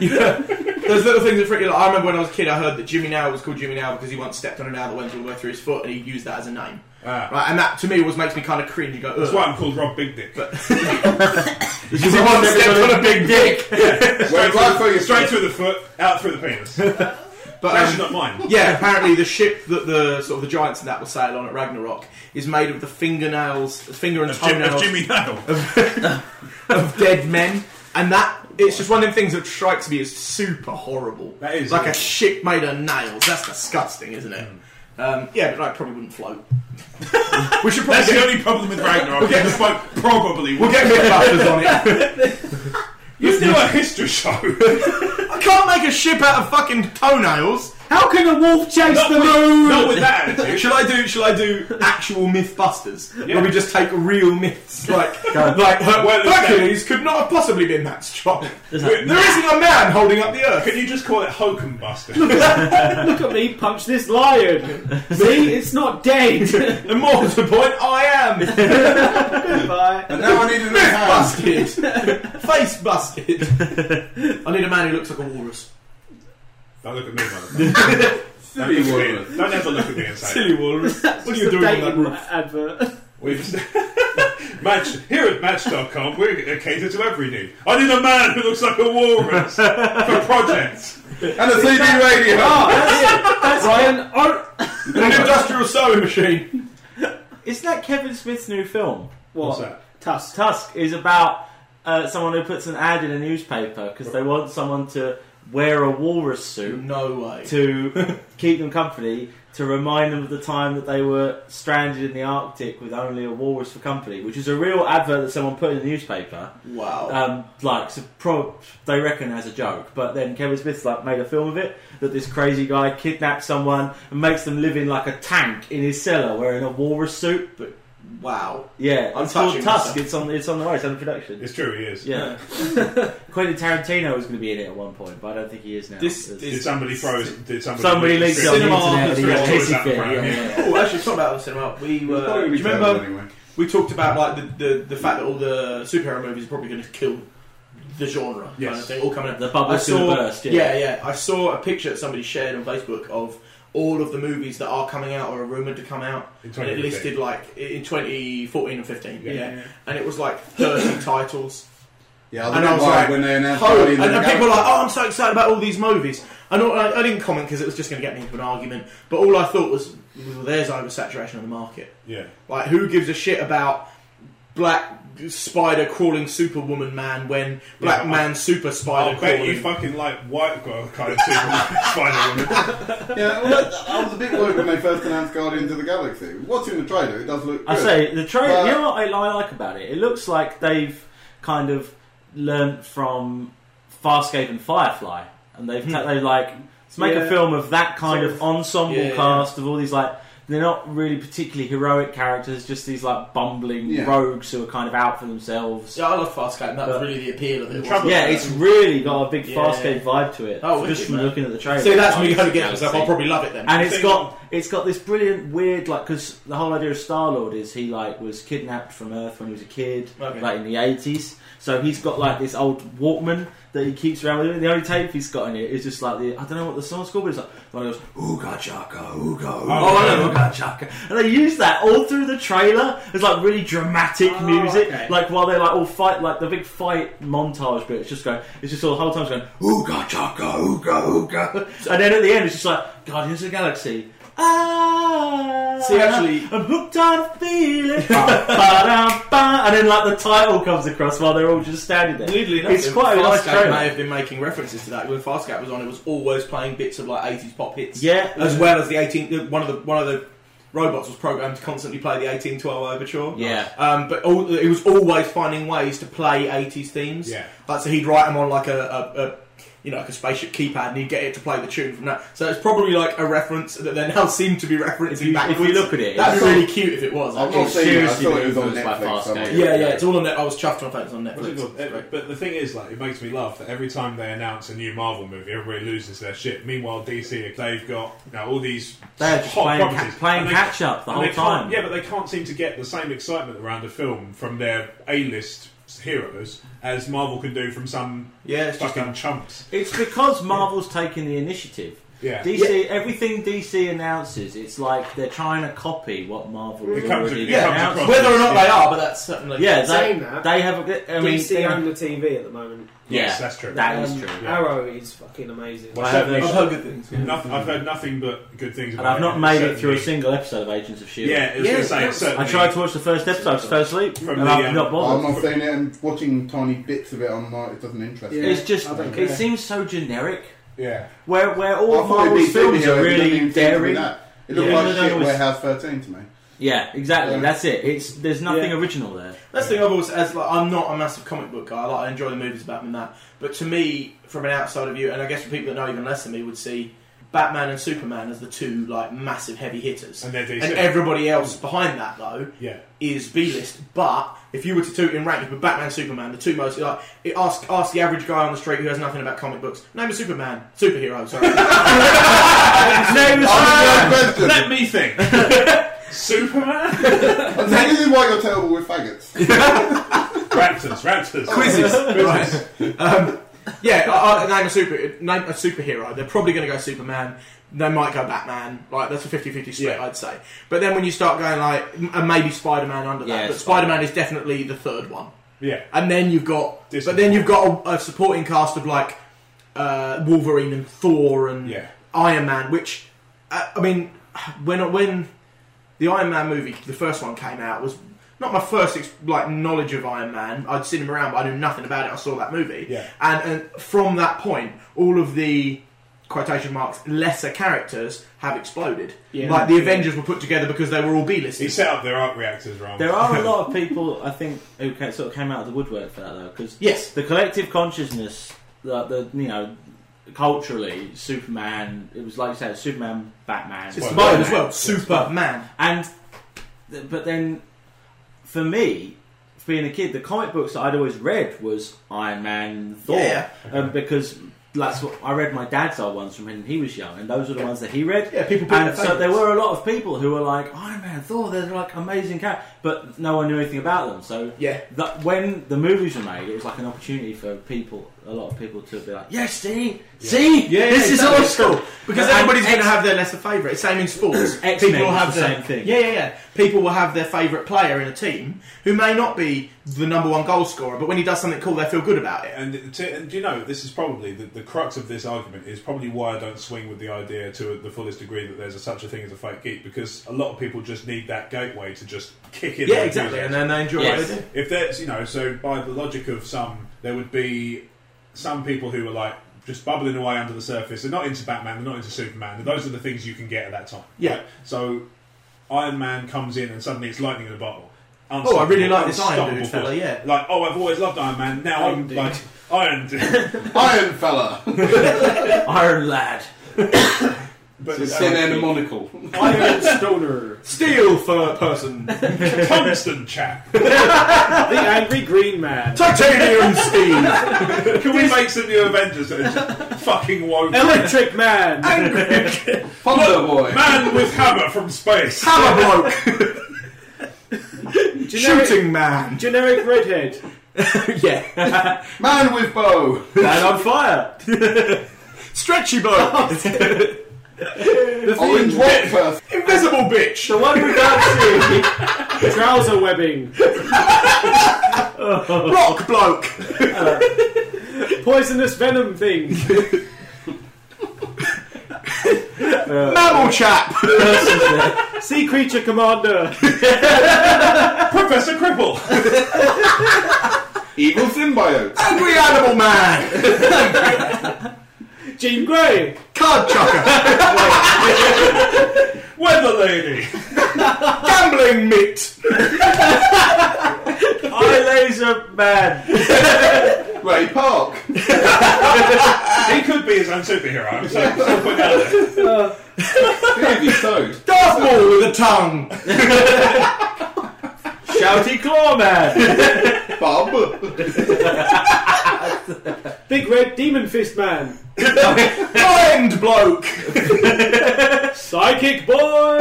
you're- those little things that freak you out. I remember when I was a kid, I heard that Jimmy Now was called Jimmy Now because he once stepped on an owl that went all the way through his foot, and he used that as a name. Ah, Right, and that to me always makes me kind of cringe. You go, That's Ugh. why I'm called Rob Big Dick. Because he once stepped on a big dick. Wait, right through your Straight foot. through the foot, out through the penis. It's But um, actually not mine. Yeah, apparently the ship that the sort of the giants and that will sail on at Ragnarok is made of the fingernails, finger and Of, Jim, of toenails Jimmy Nail. of dead men, and that it's just one of them things that strikes me as super horrible. That is like a horrible. ship made of nails. That's disgusting, isn't it? Hmm. Um, yeah, but I probably wouldn't float. we should probably That's the get, only problem with Ragnarok. yeah, the bloke probably we'll would. get mythbusters on it. You do a history show. I can't make a ship out of fucking toenails. How can a wolf chase Not the with- moon? Not with that attitude. Shall I do? Shall I do actual MythBusters? Where we just take real myths, like like Her- Well, it's Hercules could not have possibly been that strong. there that- isn't a man holding up the earth. Can you just call it Hokum Buster? Look at me punch this lion. See, it's not dead. And more to the point, I am Bye. And now I need a new hand. busted, face busted. I need a man who looks like a walrus. Don't look at me, mother. Don't, Silly look at woman. me. Don't ever look at me and say that. Silly walrus. what are you doing on that Dating roof? advert. We've match here at Match.com. We cater to every need. I need a man who looks like a walrus for projects. And a CD radio. Ah. That's Ryan. Oh, An industrial sewing machine. Isn't that Kevin Smith's new film? What's what? that? Tusk. Tusk is about uh, someone who puts an ad in a newspaper because they want someone to wear a walrus suit No way. to keep them company to remind them of the time that they were stranded in the Arctic with only a walrus for company, which is a real advert that someone put in the newspaper. Wow. Um, like, so prob- they reckon as a joke, but then Kevin Smith's like made a film of it that this crazy guy kidnaps someone and makes them live in like a tank in his cellar wearing a walrus suit. But wow. yeah, I'm it's called touching Tusk. myself. It's on. It's on the way. It's under production. It's true, he is. yeah, Quentin Tarantino was going to be in it at one point, but I don't think he is now. This It's- Did somebody throw? Did somebody? Somebody leaked it on Cinema. the Cinema. internet. and he got Cinema. hissy fit, Cinema. yeah. Oh, actually, it's not about the cinema. We It's were. Do probably gonna you be remember terrible anyway. we talked about like the, the, the fact that all the superhero movies are probably going to kill the genre kind Yes. of thing, all coming out. The bubble's I saw- gonna burst, yeah. yeah, I saw a picture that somebody shared on Facebook of all of the movies that are coming out or are rumored to come out. In And it 2015. listed like in 2014 and 15, yeah. Yeah. And it was like 30 titles. Yeah, And I I don't was know why like, when they announced Oh, and, Guardians of and the people were like, Galaxy- oh, I'm so excited about all these movies. And all, I, I didn't comment because it was just going to get me into an argument. But all I thought was, well, there's oversaturation of the market. Yeah. Like, who gives a shit about black spider crawling Superwoman man when black I- man super spider I bet crawling? you fucking like white girl kind of Superman, Spider Woman. Yeah, well, I was a bit worried when they first announced Guardians of the Galaxy. What's in the trailer? It does look. I good. say the trailer. But- you know what I, I like about it? It looks like they've kind of learnt from Farscape and Firefly, and they've ta- they like let's make Yeah. a film of that kind Sort of of- ensemble yeah, yeah. cast of all these like they're not really particularly heroic characters, just these like bumbling Yeah. rogues who are kind of out for themselves. Yeah, I love Farscape. and That was But- really the appeal of it. wasn't trouble- it? Yeah, it's really got a big Yeah. Farscape vibe to it. Oh, just wicked, from man. looking at the trailer. See, that's me I'm going against just myself. I'll probably love it then. and it's Thing- got it's got this brilliant weird like because the whole idea of Star Lord is he like was kidnapped from Earth when he was a kid, Okay. like in the eighties. So he's got like this old Walkman that he keeps around with him. The only tape he's got in it is just like the I don't know what the song's called, but it's like one goes Ooga Chaka Ooga Ooga Oh, yeah. Ooga Chaka, and they use that all through the trailer. It's like really dramatic Oh, music, okay. like while they like all fight, like the big fight montage bit. It's just going, it's just all the whole time it's going Ooga Chaka Ooga Ooga. And then at the end, it's just like Guardians of the Galaxy. Ah, See, actually- I'm hooked on feeling. Ba, ba, ba. and then like the title comes across while they're all just standing there. Weirdly enough, it's quite a nice Farscape trailer. may have been making references to that. When Farscape was on, it was always playing bits of like 80s pop hits. Yeah. as well as the 18. the- One of the one of the robots was programmed to constantly play the 1812 overture. Yeah. Um, but all, it was always finding ways to play 80s themes. Yeah. Like so, he'd write them on like a. a, a you know, like a spaceship keypad, and he'd get it to play the tune from that. So it's probably like a reference that they now seem to be referencing If you- if you backwards. look at it, that'd it's- be really cute if it was. I've actually. not seen it. I seriously thought it was on influenced by Netflix. Farscape. somewhere. Yeah, yeah, it's all on. Net- I was chuffed when I found it was on What's it Netflix. called? Eh, But the thing is, like, it makes me laugh that every time they announce a new Marvel movie, everybody loses their shit. Meanwhile, DC, they've got you know, all these They're just hot playing, ca- properties. playing And they- catch up the and whole they can't- time. Yeah, but they can't seem to get the same excitement around a film from their A-list heroes as Marvel can do from some Yeah, it's just fucking chumps. It's because Marvel's taking the initiative. Yeah. DC, everything DC announces, it's like they're trying to copy what Marvel It has comes- already it comes announced. across. Whether or not they are, but that's certainly Yeah, Saying they, that, they have. A, I mean, they- DC own the TV at the moment. Yes, Yeah, that's true. That is Um, true. Yeah. Arrow is fucking amazing. Well, I have certainly I've heard good things. yeah. Nothing, I've heard nothing but good things And about I've it. not made it Certainly- through a single episode of Agents of Shield. Yeah, it was Yeah, going to say, that it's was- certainly. I tried to watch the first episode, I just fell asleep, From and the, I've um, not I'm bothered. not saying it and watching tiny bits of it on my. It doesn't interest Yeah. me. It's just, I don't it care. seems so generic. Yeah. Where where I all thought it'd of Marvel's be superhero, films are it doesn't even really seem to be daring. that. It looked Yeah. like No, no, shit no, it's- Warehouse 13 to me. Yeah, exactly. Yeah. That's it. It's there's nothing Yeah. original there. That's the thing I've always as like I'm not a massive comic book guy. Like I enjoy the movies about them and that, but to me, from an outside view, and I guess for people that know even less than me, would see Batman and Superman as the two like massive heavy hitters, And they're DC. and everybody else behind that though yeah. is B list. But if you were to do it in rank with Batman, Superman, the two most like it, ask ask the average guy on the street who has nothing about comic books, name a Superman superhero. Sorry, Name is- Ah, question. Let me think. Superman? I'm saying this is why you're terrible with faggots. Raptors, Raptors. quizzes. right. Um, yeah, I, I, name a super name a superhero. They're probably going to go Superman. They might go Batman. Like that's a 50-50 split, Yeah. I'd say. But then when you start going like, m- and maybe Spider Man under that, Yeah, but Spider Spider-Man. Man is definitely the third one. Yeah. And then you've got, Disney. but then you've got a, a supporting cast of like uh, Wolverine and Thor and Yeah. Iron Man, which uh, I mean, when when the Iron Man movie, the first one came out, was not my first ex- like knowledge of Iron Man. I'd seen him around, but I knew nothing about it. I saw that movie, Yeah. and, and from that point, all of the quotation marks lesser characters have exploded. Yeah. Like the Avengers were put together because they were all B He listers. set up their arc reactors wrong. There are a lot of people, I think, who ca- sort of came out of the woodwork for that though, because Yes. the collective consciousness, the, the you know, culturally, Superman. It was like you said, Superman, Batman, It's Well, mine yeah. as well. Superman. and th- but then for me, being a kid, the comic books that I'd always read was Iron Man, Thor, Yeah. um, because. That's what I read. My dad's old ones from when he was young, and those are the ones that he read. Yeah, people pick And their so there favourites. were a lot of people who were like Iron Man, Thor. They're like amazing characters, but no one knew anything about them. So Yeah. that when the movies were made, it was like an opportunity for people, a lot of people to be like, "Yes, see, see, Yeah, this is exactly. awesome." Because And everybody's going to X- have their lesser favourite. Same in sports. X-Men People will is have the their- same thing. Yeah, yeah, yeah. People will have their favourite player in a team who may not be the number one goal scorer, but when he does something cool, they feel good about it. And, to, and do you know, this is probably the, the crux of this argument is probably why I don't swing with the idea to the fullest degree that there's a, such a thing as a fake geek because a lot of people just need that gateway to just kick in. Yeah, their exactly. And enthusiasm. then they enjoy Yes. what they do. if there's you know, so by the logic of some, there would be some people who are like just bubbling away under the surface. They're not into Batman. They're not into Superman. And those are the things you can get at that time. Yeah. right? So Iron Man comes in and suddenly it's lightning in a bottle. Oh, I really like this Unstoppable Iron Dude fella, force. yeah. Like, oh, I've always loved Iron Man. Now Iron I'm Dude. like Iron Dude. Iron fella. Iron Lad. But It's um, and a monocle. Iron Stoner, Steel for person. tungsten chap. the angry green man, Titanium Steve. Can we make some new Avengers that are just fucking woke? electric man, Thunder boy. Man with hammer from space. Hammer bloke. Generic- Shooting man. generic redhead. yeah. Man with bow. Man on fire. Stretchy bloke. Orange Watford. Invisible bitch. The one we can't see. Trouser webbing, Rock bloke. poisonous venom thing, Mammal chap. sea creature commander, Professor Cripple. Evil symbiote. Angry animal man. Jean Grey, Card chucker. Weather lady. Gambling mitt. Eye laser man. Ray Park. He could be his own superhero. So, so put that out there. Heavy Toad. Darth Maul with a tongue. Shouty claw man. Bob. big red demon fist man, Blind bloke. psychic boy.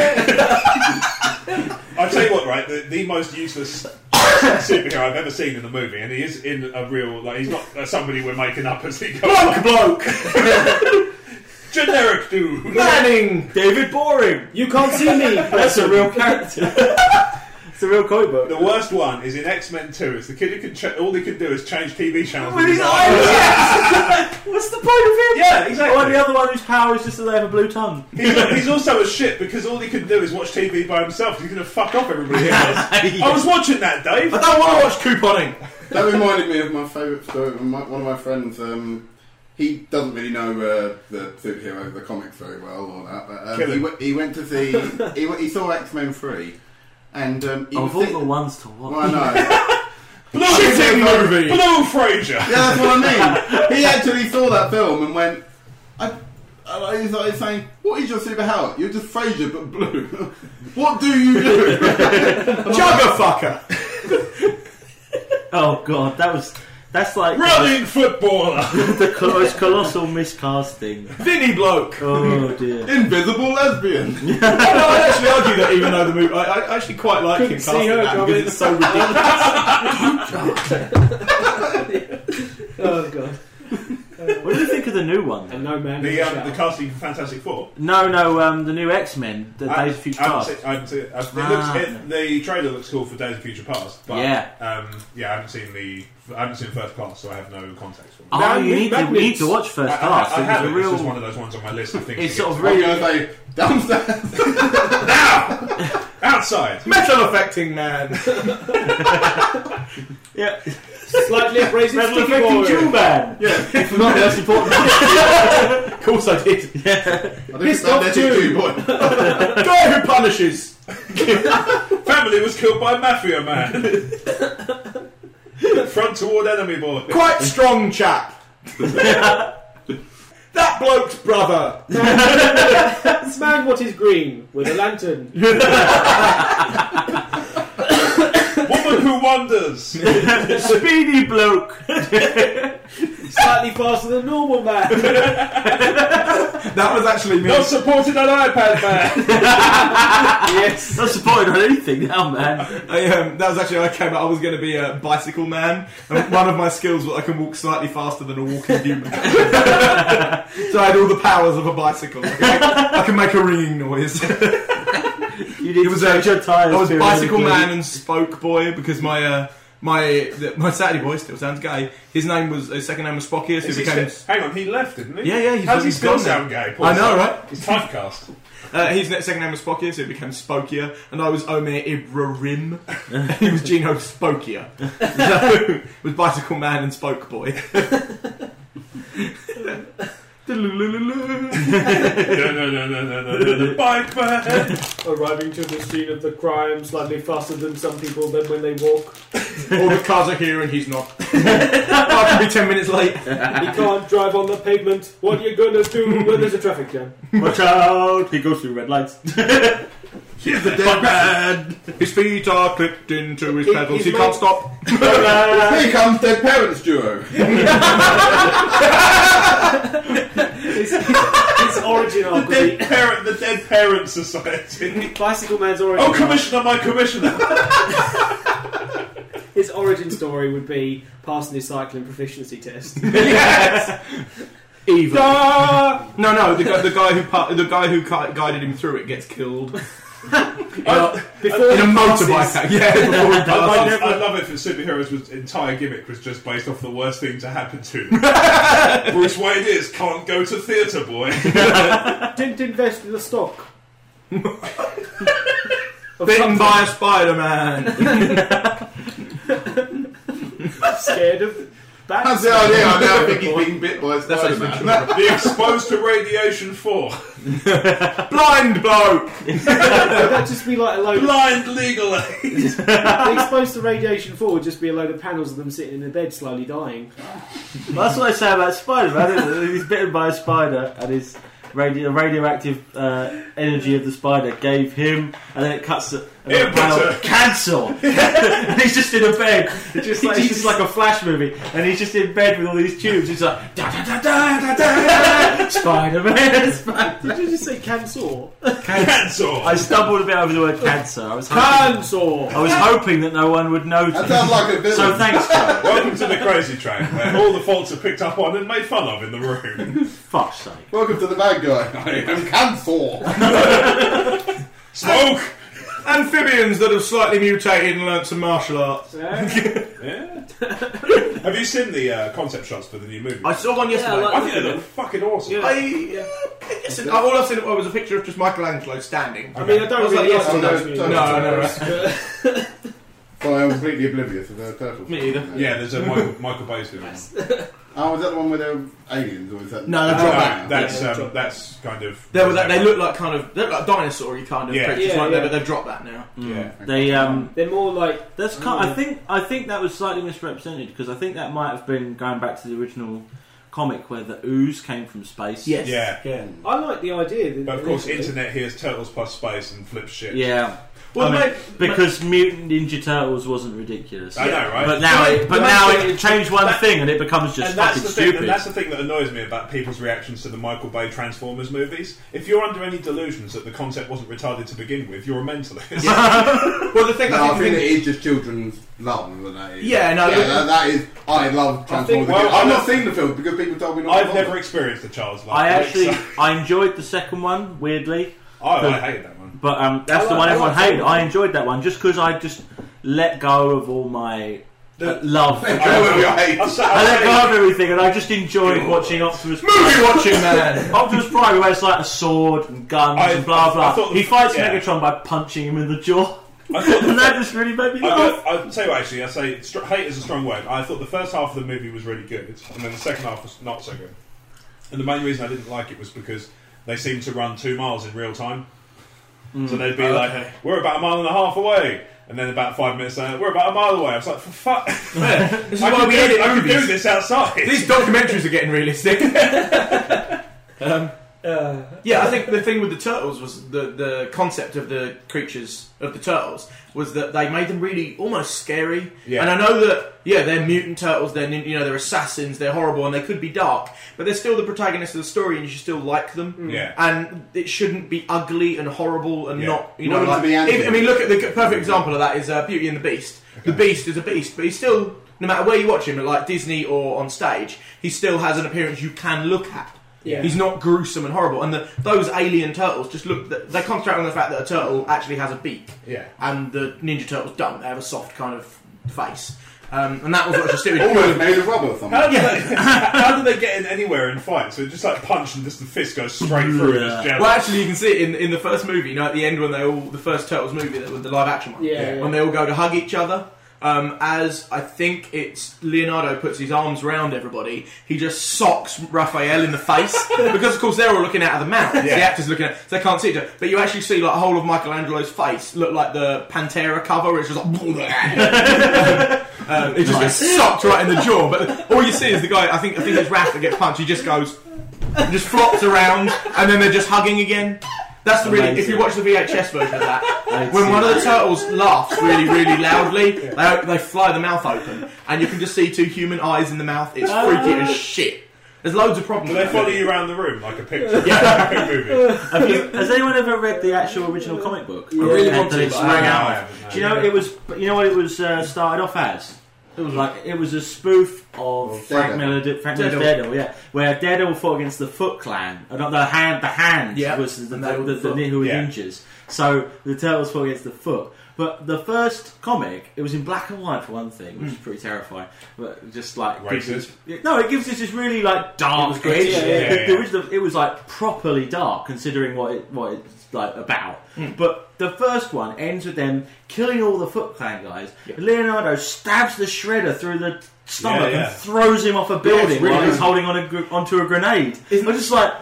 I'll tell you what, right? The, the most useless superhero I've ever seen in the movie, and he is in a real like he's not uh, somebody we're making up as he goes. Bloke bloke. Generic dude. Manning. David Boring. You can't see me. That's a real character. it's a real comic book. The worst one is in X Men Two. It's the kid who can ch- all he can do is change TV channels With his eyes. yes. What's the point of him? Yeah, exactly. Or the other one whose power is just that they have a blue tongue. He's, he's also a shit because all he can do is watch TV by himself. He's going to fuck off everybody else. I was watching that, Dave. I don't want to watch couponing. That reminded me of my favourite story. My, one of my friends, um, he doesn't really know uh, the superhero, the comics very well or that, but Kill um, he, him. went, he went to see, he, went- he saw X Men 3, and um, he was Of all the thinking- ones to watch. Well, I know. Blue, Shitting movie. Blue Fraser. Yeah, that's what I mean. He actually saw that film and went, I, I, he's like saying, what is your superpower? You're just Frasier but blue. what do you do? Jugger fucker. Oh god, that was that's like Running footballer. the colossal, colossal miscasting. Vinny bloke. Oh dear. Invisible lesbian. I know, I'd actually argue that even though the movie, I, I actually quite like Couldn't him see casting her that coming. because it's so ridiculous. Oh god, What do you think of the new one? and no man. The, in um, the shower. casting for Fantastic Four. No, no, um, the new X Men, the I- Days of Future I haven't Past. seen- I haven't seen it. I- it Ah. looks- it- The trailer looks cool for Days of Future Past, but Yeah. um, yeah, I haven't seen the I haven't seen First Class, so I have no context for it. Oh, Man you with need to, we magnets. need to watch First I, I, Class. I It have it. was a It's just real. one of those ones on my list of things. It's to get sort of I'm really. going to say, downstairs. to. now. outside. Metal affecting man. Yeah, Slightly abrasive metal sticky affecting Jew boy. man. Yeah, No, that's important. of course I did. Yeah. I think it's magnetic too, boy. Guy who punishes. Family was killed by mafia man. Front toward enemy boy. Quite strong chap. that bloke's brother. That's man what is green with a lantern. Woman who wanders. Speedy bloke. Slightly faster than normal man. That was actually me. Not supported on iPad man. yes. Not supported on anything now, man. I, um, that was actually I came out. I was going to be a bicycle man. And one of my skills was I can walk slightly faster than a walking human. so I had all the powers of a bicycle. I can make, I can make a ringing noise. You need It was to change a- your tires. I was bicycle periodically. man and spoke boy because my uh, my the, my Saturday boy still sounds gay. His name was his second name was Spockius, who Is he became. still- hang on, he left, didn't he? Yeah, yeah, he's- How's he he's still gone now. sound gay? I know, right? He's typecast. Uh, his next second name was Spockius, so it became Spokier, and I was Omer Ibrarim, and he was Gino Spokier. So, it was Bicycle Man and Spoke Boy. no, no, no, no, no, no, no, no. Bike man. Arriving to the scene of the crime slightly faster than some people than when they walk. All the cars are here and he's not. I could be ten minutes late. You can't drive on the pavement. What you gonna do when there's a traffic jam? Watch out! He goes through red lights. Here's the Fuck dead rat. man! His feet are clipped into his He- pedals. he's He made- can't stop. Here comes dead parents duo. It's, it's origin The oh, arc. dead would parent, the dead parent society. be- Bicycle Man's origin. Oh, arc- commissioner, my commissioner. His origin story would be passing his cycling proficiency test. yes. Evil. No, no. The guy, the guy who pa- the guy who cu- guided him through it gets killed Before in a he passes- motorbike. act- Yeah, before he I passes. love, I love it if superheroes was entire gimmick was just based off the worst thing to happen to. them. Bruce Wayne is can't go to theatre boy. Didn't invest in the stock. Of Bitten something. by a Spider Man. scared of That's bats. the idea. I now think he's being bit by a spider man. the exposed to radiation four. Blind bloke. Would that just be like a load of, Blind legal aid. the exposed to radiation four would just be a load of panels of them sitting in a bed slowly dying. That's what I say about Spider Man. He's bitten by a spider, and his radio, radioactive uh, energy of the spider gave him, and then it cuts to- and Him, the panel, butter. cancer. and he's just in a bed. uh, It's just like, it's just like a flash movie, and he's just in bed with all these tubes. He's like da da da da da da. Spider Man. Did you just say cancel? Cancel. I stumbled a bit over the word cancer. I was hoping, Cancel. I was hoping that no one would notice. That sounds like a villain. so thanks, Joe. Welcome to the crazy train, where all the faults are picked up on and made fun of in the room. Fuck's sake. Welcome to the bad guy. I am Canfor. Smoke. Amphibians that have slightly mutated and learnt some martial arts. Yeah. Yeah. Have you seen the uh, concept shots for the new movie? I saw one yesterday. I think they look fucking awesome. Yeah. I, uh, listen, all I've seen was a picture of just Michelangelo standing. I mean, I I don't was like, really yes, like no, those movies. no, no, Well, I'm completely oblivious of the turtles. Me either. Yeah, there's a Michael, Michael Bay's doing it. Oh, was that the one with the aliens, or is that? No, that's Oh, No, right. that's Yeah, um, drop. that's kind of. They, were that, they look like kind of they look like dinosaur kind of Yeah. creatures, Yeah, weren't they? yeah. But they've dropped that now. Yeah. They um, They're more like That's kind I think I think that was slightly misrepresented because I think that might have been going back to the original comic where the ooze came from space. Yes. Yeah. I like the idea. That But of course, internet hears turtles plus space and flips shit. Yeah, Well, I mean, mate, because Mutant Ninja Turtles wasn't ridiculous. I know, right? But now, it, but The main now thing- it changed one that- thing and it becomes just and that's fucking the thing. stupid. And that's the thing that annoys me about people's reactions to the Michael Bay Transformers movies. If you're under any delusions that the concept wasn't retarded to begin with, you're a mentalist. well, the thing No, I I think think, it is just children's love than that is. Yeah, no, yeah, look- that, that is. I love I think- Transformers. well, I've I not don't- seen the film because people told me not. to I've bother. never experienced a child's life. I actually so- I enjoyed the second one weirdly, I, I hated that one. but um, that's I the like- one I everyone like that hated. one. I enjoyed that one just because I just let go of all my uh, The- love. I know where we are, hey. I sat- I I was let saying- go of everything, and I just enjoyed watching Optimus. Movie watching man. Optimus Prime, where it's like a sword and guns I- and blah I blah. thought- he fights yeah. Megatron by punching him in the jaw, I thought the and that just really made me laugh. I, I'll tell you what, actually, I say str- hate is a strong word. I thought the first half of the movie was really good, and then the second half was not so good. And the main reason I didn't like it was because they seemed to run two miles in real time. Hmm. So they'd be like, "We're about a mile and a half away," and then about five minutes later, "We're about a mile away." I was like, "For fuck, this is why we edit I could do movies. this outside." These documentaries are getting realistic. um, Uh, yeah, I think the thing with the turtles was the the concept of the creatures of the turtles was that they made them really almost scary. Yeah. And I know that yeah, they're mutant turtles. They're nin- you know they're assassins. They're horrible and they could be dark, but they're still the protagonists of the story, and you should still like them. Mm. Yeah. And it shouldn't be ugly and horrible and Yeah. not you You know want them like, to be anti- if- I mean look at the g- perfect example of that is uh, Beauty and the Beast. The Beast is a beast, but he's still no matter where you watch him, at like Disney or on stage, he still has an appearance you can look at. Yeah. He's not gruesome and horrible. And the, those alien turtles just look. They concentrate on the fact that a turtle actually has a beak, yeah, and the Ninja Turtles don't. They have a soft kind of face, um, and that was what I was doing. Almost made of rubber or something. How do, they, how do they get in anywhere in fight? So just like punch and just the fist goes straight through and just jab. Well, actually, you can see it in, in the first movie. You know, at the end when they all the first Turtles movie, that was the live action one. Yeah, yeah. When they all go to hug each other, um, as I think it's Leonardo puts his arms round everybody, he just socks Raphael in the face because, of course, they're all looking out of the mouth. The actors looking at, so they can't see each other. But you actually see like a whole of Michelangelo's face look like the Pantera cover. Where it's just like. Um, it just gets socked right in the jaw, but all you see is the guy. I think I think it's Raph that gets punched. He just goes, and just flops around, and then they're just hugging again. That's the really. If you watch the VHS version of that, when one of the turtles laughs really, really loudly, they, they fly the mouth open, and you can just see two human eyes in the mouth. It's freaky as shit. There's loads of problems. Do Uh. they with it. follow you around the room like a picture? Yeah, like a movie. Have you, has anyone ever read the actual original comic book? I really Yeah, want that to, it's but I sprang haven't. out I of? haven't, no. Do you know it was? You know what it was uh, started off as? It was like it was a spoof of Frank Daredevil. Miller, Frank Miller's Daredevil. Daredevil, yeah, where Daredevil fought against the Foot Clan, uh, not the hand, the hand Yeah. was the, the, And they were the, the the, Foot. who were Yeah. ninjas. So the turtles fought against the Foot. But the first comic, it was in black and white for one thing, which is pretty terrifying. But just like gives Racist. us- no, it gives us this really like dark gritty, edge. yeah, yeah, The- the yeah. original- it was like properly dark, considering what it what it's like about. But the first one ends with them killing all the Foot Clan guys. Leonardo stabs the Shredder through the stomach Yeah, yeah. and throws him off a Yeah, building it's really while he's good. holding on a, gr- onto a grenade. Isn't- I'm just like,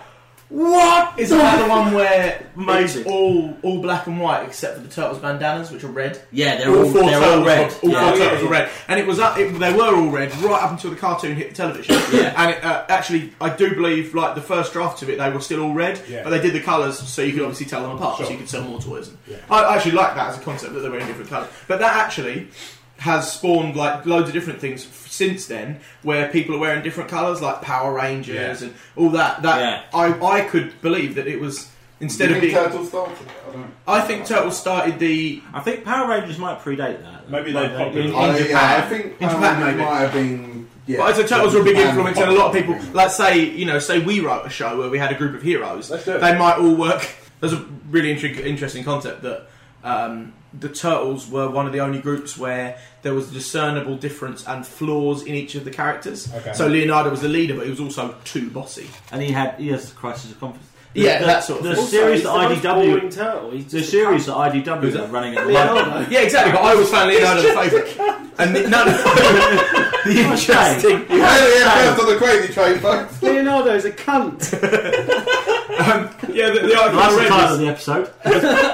what? Is that the one where Amazing. it's all all black and white except for the turtles' bandanas, which are red? yeah, they're all, all, four they're turtles, all red. All yeah. four yeah. turtles were red, and it was up, it, they were all red right up until the cartoon hit the television. Yeah. And it, uh, actually, I do believe like the first draft of it, they were still all red, Yeah. but they did the colours so Mm. you could obviously tell them apart, so Sure. you could sell more toys. Yeah. I, I actually like that as a concept that they were in different colours, but that actually. Has spawned like loads of different things f- since then, where people are wearing different colours, like Power Rangers Yeah. and all that. That Yeah. I, I could believe that it was instead you of think being. turtles started? I don't know. I think Turtles started the I think Power Rangers might predate that. Maybe they Like, popular- in- I, in yeah, I Japan. think In um, Japan, maybe. it might have been. Yeah, But I said turtles were a big Japan influence, and a lot of people, like say, you know, say we wrote a show where we had a group of heroes. Let's do it. They might all work. There's a really intrig- interesting concept that um, the turtles were one of the only groups where there was discernible difference and flaws in each of the characters. Okay. So Leonardo was the leader, but he was also too bossy. and he had he has crisis of confidence. Yeah, the, that sort of the thing. Also, series he's that the most IDW, boring turtle. He's the just a series that IDW are running at the moment. Leonardo. Yeah, exactly. But I always found Leonardo the favourite. And the, no, no, The interesting. Yeah, yeah, first on the crazy train, folks. Leonardo's a cunt. yeah, the, the article That's I the read title of was, the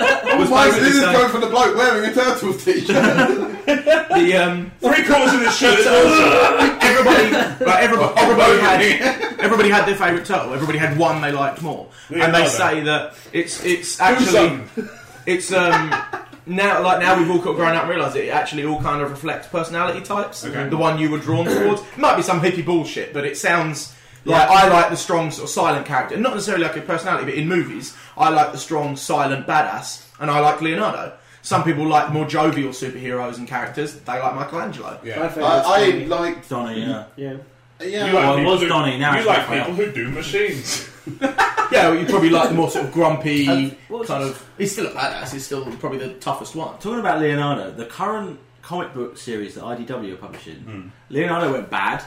episode. was Why is basically this saying going for the bloke wearing a turtles t-shirt? the um, Three quarters of this shirt is awesome. everybody, right, Oh, everybody, everybody had everybody had their favourite turtle. Everybody had one they liked more, and they Leonardo. say that it's it's Who's actually it's um now like now we've all kind of grown up and realised it, it actually all kind of reflects personality types. Okay. The one you were drawn towards it might be some hippie bullshit, but it sounds. Like I like the strong sort of silent character, not necessarily like a personality, but in movies, I like the strong silent badass, and I like Leonardo. Some people like more jovial superheroes and characters; they like Michelangelo. My Yeah. I, favourite's I Tony. like. Donnie, yeah. Mm-hmm. yeah. Yeah, You like Well, it people was who- Donnie, now You it's like Raphael. people who do machines. Yeah, well, you probably like the more sort of grumpy And what was kind this? uh, of. He's still a badass. He's still probably the toughest one. Talking about Leonardo, the current comic book series that IDW are publishing. Mm. Leonardo went bad.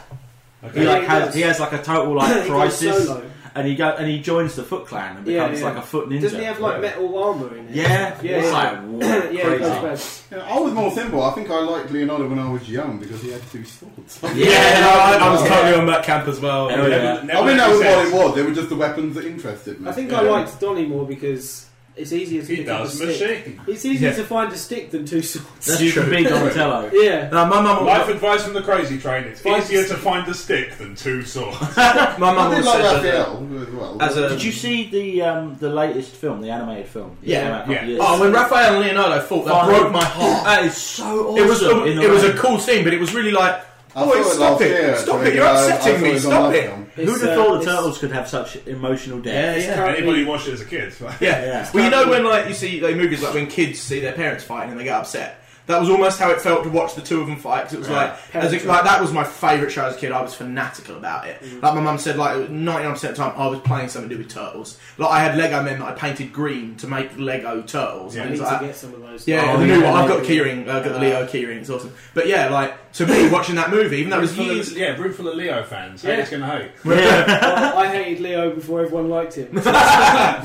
Okay. He Yeah, like he has does. he has like a total He like goes crisis, solo. and he go and he joins the Foot Clan and Yeah, becomes yeah. like a foot ninja. Doesn't he have like Yeah. metal armour in it? yeah, Yeah, it's yeah. like yeah, what, he crazy. goes best. You know, I was more simple. I think I liked Leonardo when I was young because he had two swords. I Yeah, no, I, I was yeah. totally on that camp as well. Yeah. Never- never mean, makes that was what sense. it was. They were just the weapons that interested me. I think I liked Donnie more because it's easier to He pick does up a stick. machine. It's easier Yeah. to find a stick than two swords. That's you true. can be Donatello. Yeah. No, my mum. Life advice from the crazy train: It's Find easier to find a stick than two swords. My mum I did always like said that. uh, Raphael as well. As a Did you see the um, the latest film, the animated film? It Yeah, came out a couple yeah. of years oh, when Raphael and Leonardo fought, that Finally. broke my heart. That is so awesome. It was a, in the it was a rain. cool scene, but it was really like, I oh, saw wait, stop last it, year, stop actually, it, you're I- I upsetting saw me, it on stop my it. film. Who'd It's, have uh, thought the it's- turtles could have such emotional yeah, depth? it's yeah. currently- Anybody who watched it as a kid? Like, Yeah. Yeah. Well, you know when like you see like movies like when kids see their parents fighting and they get upset. That was almost how it felt to watch the two of them fight 'cause it was like, as a, like that was my favourite show as a kid. I was fanatical about it. Mm. Like my mum said, like ninety nine percent of the time I was playing something to do with turtles. Like I had Lego men that I painted green to make Lego turtles. I and need things to like that. get some of those. Yeah, Oh, the new yeah, Uh, one. I've got a maybe. keyring. I've got the Leo keyring. It's awesome. But yeah, like to me, watching that movie, even though it room was full years. of, yeah, room full of Leo fans. Yeah. Yeah. it's going to hate. I, I hated Leo before everyone liked him. yeah, I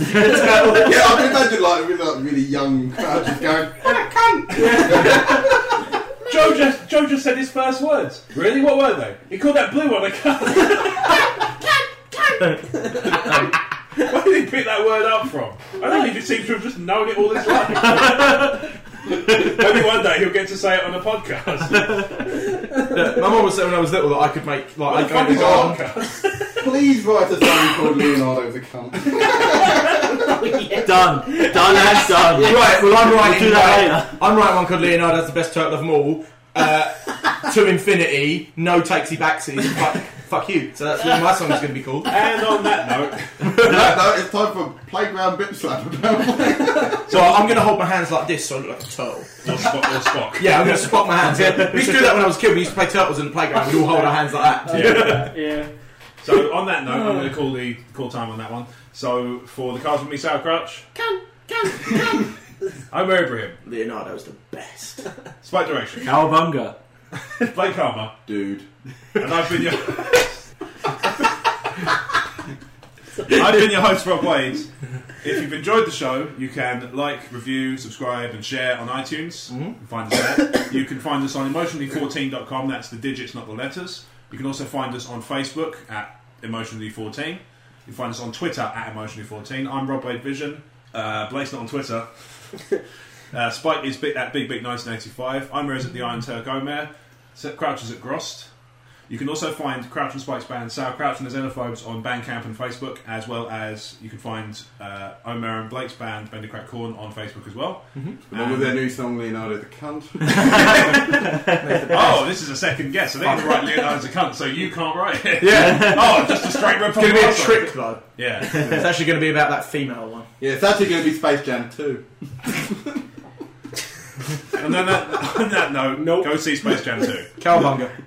can imagine like really, like, really young crowd just going. Joe just Joe just said his first words. Really? What were they? He called that blue one a cunt. Where did he pick that word up from? I think he just seems to have just known it all his life. Maybe one day he'll get to say it on a podcast. My mum was said when I was little that I could make like I Fuck could his make on. podcast. Please write a song called Leonardo the Cunt. Done. Done and done. Right, well, I'm writing. do that right, I'm writing one called Leonardo's the best turtle of them all. Uh, to infinity, no takesy backsies. Fuck, fuck you. So that's what my song is going to be called. And on that note, no, no, it's time for playground bip slap. So I'm going to hold my hands like this, so I look like a or turtle. Spock, or Spock. Yeah, I'm going to spot my hands. Yeah. We used to do that when I was a kid. We used to play turtles in the playground. We'd all hold our hands like that. Yeah. yeah. So on that note, I'm going to call the call time on that one. So for the cast with me, Sal Crouch. I'm Mary Brian. Leonardo's the best. Spike Direction. Cowabunga. Blake Karma. Dude. And I've been your I've been your host, Rob Wade. If you've enjoyed the show, you can like, review, subscribe, and share on iTunes. You can Find us there. You can find us on emotionally14.com. That's the digits, not the letters. You can also find us on Facebook at emotionally14. You can find us on Twitter at emotionally14. I'm Rob Wade Vision. Uh, Blake's not on Twitter. Uh, Spike is bit at Big Big 1985. I'm Rose at the Iron Turk Omer. Se- Crouch is at Grost. You can also find Crouch and Spike's band Sour Crouch and the Xenophobes on Bandcamp and Facebook, as well as you can find uh, Omer and Blake's band Bender Crack Corn on Facebook as well. Along with their new song Leonardo the Cunt. Oh, this is a second guess. I think I'm right Leonardo's a cunt, so you can't write it. Yeah, Oh, just a straight rip from going to be a Martha. trick though. Yeah. It's actually going to be about that female one. yeah, it's actually going to be Space Jam 2. And then that, on that note, Nope. go see Space Jam 2. Cowabunga.